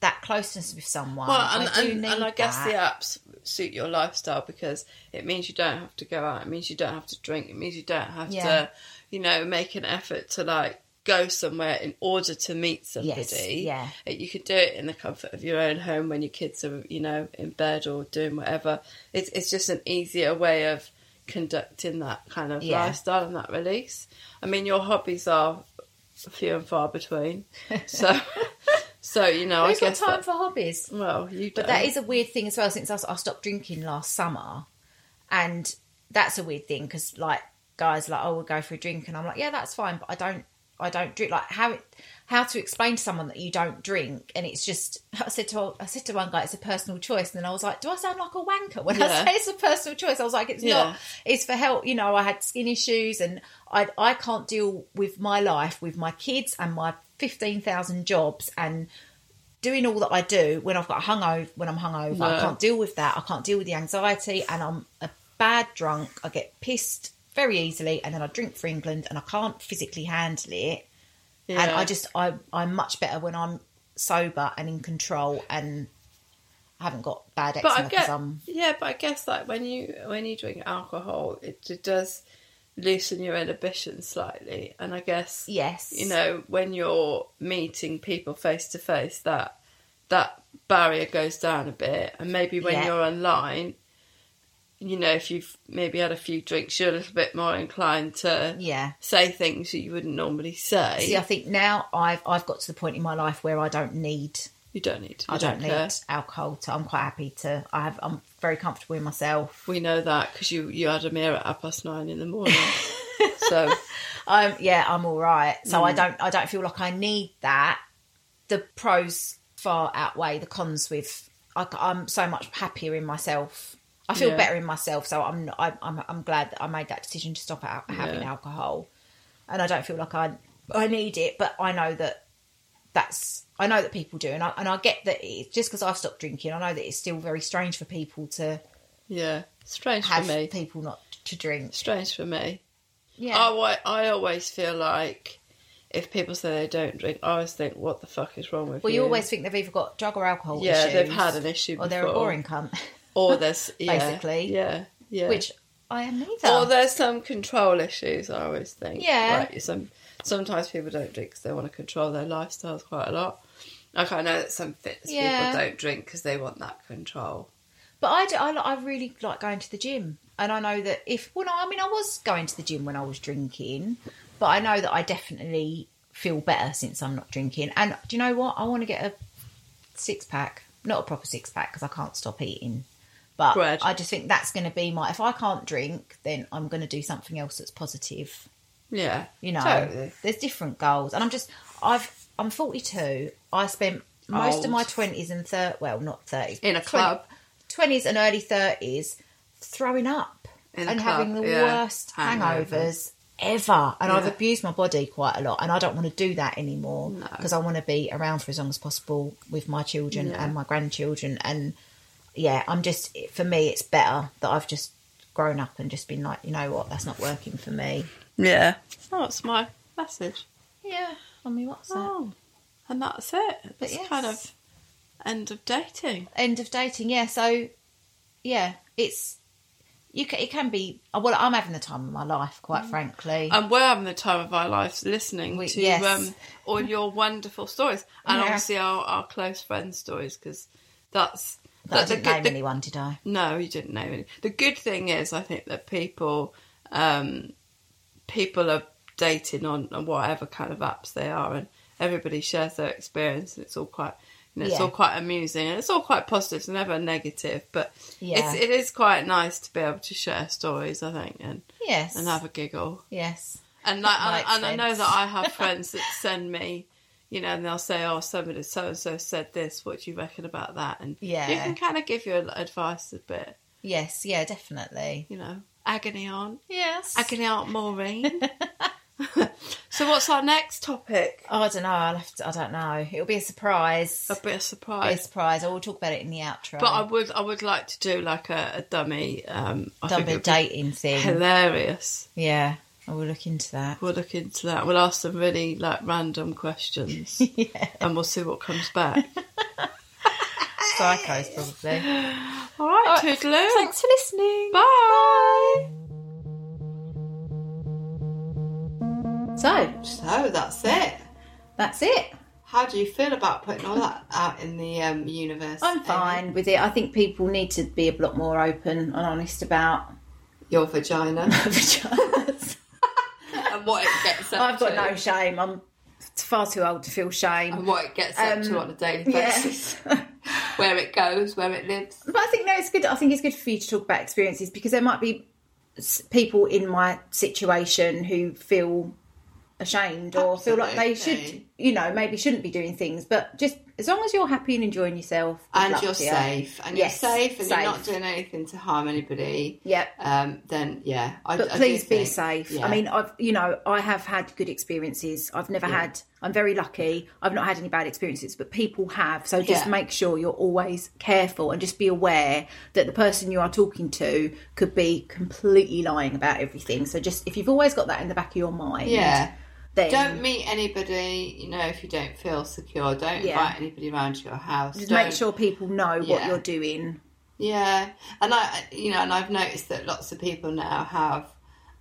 that closeness with someone.
Well, and
I
I,
do
and,
need
and I guess the
that.
apps suit your lifestyle because it means you don't have to go out. It means you don't have to drink. It means you don't have
Yeah.
to, you know, make an effort to like go somewhere in order to meet somebody.
Yes, yeah.
You could do it in the comfort of your own home when your kids are, you know, in bed or doing whatever. It's it's just an easier way of conducting that kind of
Yeah.
lifestyle and that release. I mean, your hobbies are few and far between, so so you know, I
Who's got
guess
time
that-
for hobbies?
well, you
But
don't.
that is a weird thing as well. Since I, I stopped drinking last summer, and that's a weird thing because like guys are like oh we'll go for a drink, and I'm like yeah that's fine, but I don't I don't drink. Like how it, how to explain to someone that you don't drink, and it's just I said to I said to one guy it's a personal choice, and then I was like do I sound like a wanker when I
Yeah.
say it's a personal choice? I was like it's
Yeah.
not. It's for help. You know I had skin issues, and I I can't deal with my life with my kids and my fifteen thousand jobs and doing all that I do when I've got a hungover, when I'm hungover, I can't deal with that. I can't deal with the anxiety, and I'm a bad drunk. I get pissed very easily, and then I drink for England, and I can't physically handle it. And
Yeah.
I just, I, I'm much better when I'm sober and in control, and I haven't got bad
but
eczema
I
because
guess,
I'm.
yeah, but I guess like when you when you drink alcohol, it, it does loosen your inhibition slightly, and I guess
Yes.
you know when you're meeting people face to face, that that barrier goes down a bit, and maybe when
Yeah.
you're online, you know if you've maybe had a few drinks, you're a little bit more inclined to
Yeah.
say things that you wouldn't normally say.
See, I think now I've I've got to the point in my life where I don't need
you don't need. To,
I don't,
care.
need alcohol to. I'm quite happy to. I have. I'm very comfortable in myself.
We know that because you you had a mirror at half past nine in the morning. so
I'm yeah, I'm all right. So
Mm.
I don't I don't feel like I need that. The pros far outweigh the cons. With I, am so much happier in myself. I feel
Yeah.
better in myself. So I'm not- I, I'm I'm glad that I made that decision to stop out having
Yeah.
alcohol, and I don't feel like I I need it. But I know that that's I know that people do, and I and I get that it's just because I've stopped drinking. I know that it's still very strange for people to
yeah, strange
have
for me.
people not to drink.
strange for me.
Yeah,
I, wa- I always feel like if people say they don't drink, I always think, what the fuck is wrong with
Well,
you?
you always think they've either got drug or alcohol
Yeah,
issues.
they've had an issue
Or Oh, they're a
before.
boring cunt.
or there's yeah,
Basically.
yeah, yeah,
Which I am neither.
or there's some control issues. I always think,
Yeah.
Like, some sometimes people don't drink because they want to control their lifestyles quite a lot. Like I know that some fitness
Yeah.
people don't drink because they want that control.
but I, do, I, li- I really like going to the gym. And I know that if, well, no, I mean, I was going to the gym when I was drinking, but I know that I definitely feel better since I'm not drinking. And do you know what? I want to get a six pack, not a proper six pack because I can't stop eating. But
Bread.
I just think that's going to be my, if I can't drink, then I'm going to do something else that's positive.
Yeah,
you know
totally.
there's different goals and i'm just i've i'm 42 i spent most
Old.
of my 20s and thir well not 30s
In a club.
20, 20s and early 30s throwing up
In a
and
club,
having the
yeah.
worst
Hangovers.
hangovers ever and i've
Yeah.
abused my body quite a lot and i don't want to do that anymore because i want to be around for as long as possible with my children and my grandchildren and yeah i'm just for me it's better that i've just grown up and just been like you know what that's not working for me
Yeah. Oh, it's my message.
yeah i mean what's that
Oh, and that's it. That's
yes.
kind of end of dating.
end of dating. Yeah, so yeah, it's you. Can, it can be. oh, Well, I'm having the time of my life, quite
Mm.
frankly.
And we're having the time of our lives listening
We-
to
yes.
um, all your wonderful stories and
Yeah.
obviously our, our close friends' stories because that's.
but I
that's a
didn't
good-
name
the-
anyone, did I?
No, you didn't name any. The good thing is, I think that people, um, people are dating on, on whatever kind of apps they are, and everybody shares their experience, and it's all quite, you know, it's
Yeah.
all quite amusing, and it's all quite positive. It's never negative, but
Yeah.
it's it is quite nice to be able to share stories, I think, and
Yes.
and have a giggle.
yes.
And like,
My
and, and I know
friends.
that I have friends that send me, you know, and they'll say, "Oh, somebody so and so said this. What do you reckon about that?" And
Yeah.
you can kind of give your advice a bit,
Yes. Yeah. Definitely.
you know, agony aunt,
Yes.
agony aunt Maureen. so, what's our next topic?
Oh, I don't know. I'll have to. I don't know. It'll be a surprise.
A bit of
Be a
surprise,
surprise. I will talk about it in the outro.
but I would, I would like to do like a, a dummy, um, I think
Double
it'd be
dating thing.
hilarious.
Yeah. I will look into that.
We'll look into that. We'll ask some really like random questions, and we'll see what comes back.
Psychos, probably.
All right, toodaloo.
Thanks for listening.
Bye.
So
So that's it.
that's it.
How do you feel about putting all that out in the um, universe?
I'm
Amy?
fine with it. I think people need to be a lot more open and honest about
Your vagina
vaginas.
and what it gets up
I've got
to.
no shame. I'm far too old to feel shame.
and what it gets up
Um,
to on a daily basis. where it goes, where it lives.
But I think no, it's good. I think it's good for you to talk about experiences because there might be s- people in my situation who feel ashamed or feel like they should,
Absolutely.
you know, maybe shouldn't be doing things. But just as long as you're happy and enjoying yourself, good
And
luck
you're
to you.
safe, and
Yes,
you're safe, and
safe.
you're not doing anything to harm anybody.
Yep.
Um, then yeah, I,
But
I do
please be
think-
safe.
yeah.
I mean, I've you know, I have had good experiences. I've never had. I'm very lucky. I've not had any bad experiences, but people have. So just
Yeah.
make sure you're always careful and just be aware that the person you are talking to could be completely lying about everything. So just if you've always got that in the back of your mind,
yeah.
then
Don't meet anybody, you know, if you don't feel secure. Don't
Yeah.
invite anybody around to your house.
just
Don't-
make sure people know what
Yeah.
you're doing.
Yeah, and I, you know, and I've noticed that lots of people now have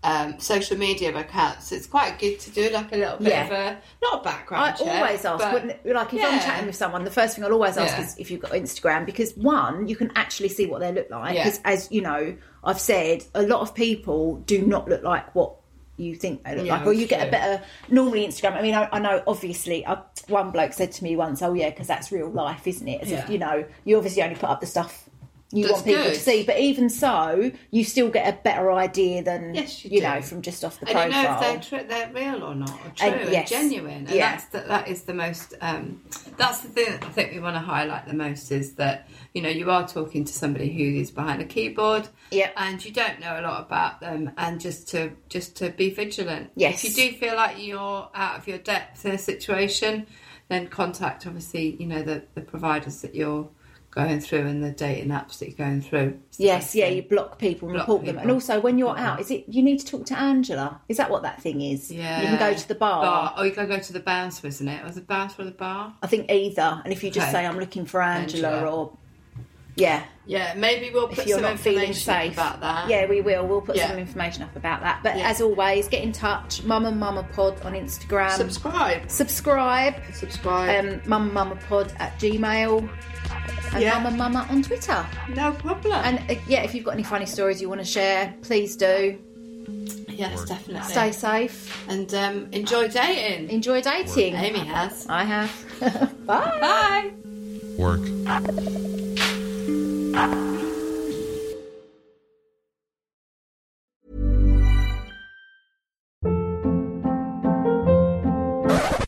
um, social media accounts. It's quite good to do like a little bit
Yeah.
of a not a
I
background. check,
always ask,
but-
wouldn't- like if I'm
Yeah.
chatting with someone, the first thing I'll always ask
Yeah.
is if you've got Instagram because one, you can actually see what they look like.
Yeah.
Because as you know, I've said a lot of people do not look like what you think they look
Yeah,
like, or you get a
true.
better normally Instagram. I mean, I, I know obviously, I, one bloke said to me once, "Oh yeah, because that's real life, isn't it?" As if
Yeah.
you know, you obviously only put up the stuff. You
That's
want people
good.
to see, but even so, you still get a better idea than
Yes, you
you
do.
know from just off the
and
profile.
you know if they're, tr- they're real or not, or true
And
and,
yes.
genuine. And
Yeah.
that's the, that is the most. Um, that's the thing that I think we want to highlight the most is that you know you are talking to somebody who is behind a keyboard,
Yep.
and you don't know a lot about them, and just to just to be vigilant.
Yes.
if you do feel like you're out of your depth in a situation, then contact obviously you know the the providers that you're going through and the dating apps that you're going through. It's the
Yes,
best
yeah,
thing.
you block people and
Block
report them. And
people.
also, when you're out, is it you need to talk to Angela? Is that what that thing is?
Yeah.
you can go to the bar.
Or you can go to the bouncer, isn't it? Was the bouncer or the bar?
I think either. And if you just
Okay.
say, "I'm looking for Angela,",
Angela.
or yeah,
Yeah, maybe we'll
if
put
you're
some
not feeling
information
safe
about that.
yeah, we will. We'll put
Yeah.
some information up about that. But
Yeah.
as always, get in touch. Mum and Mama Pod on Instagram.
Subscribe.
Subscribe.
Subscribe.
Um, Mum and Mama Pod at Gmail. And
Yeah.
Mum and Mama on Twitter.
Um,
no problem.
And uh, yeah, if you've got any funny stories you want to share, please do.
yes, definitely.
Stay safe.
And um, enjoy dating.
Enjoy dating.
Amy has.
I have. Bye.
Bye.
Work.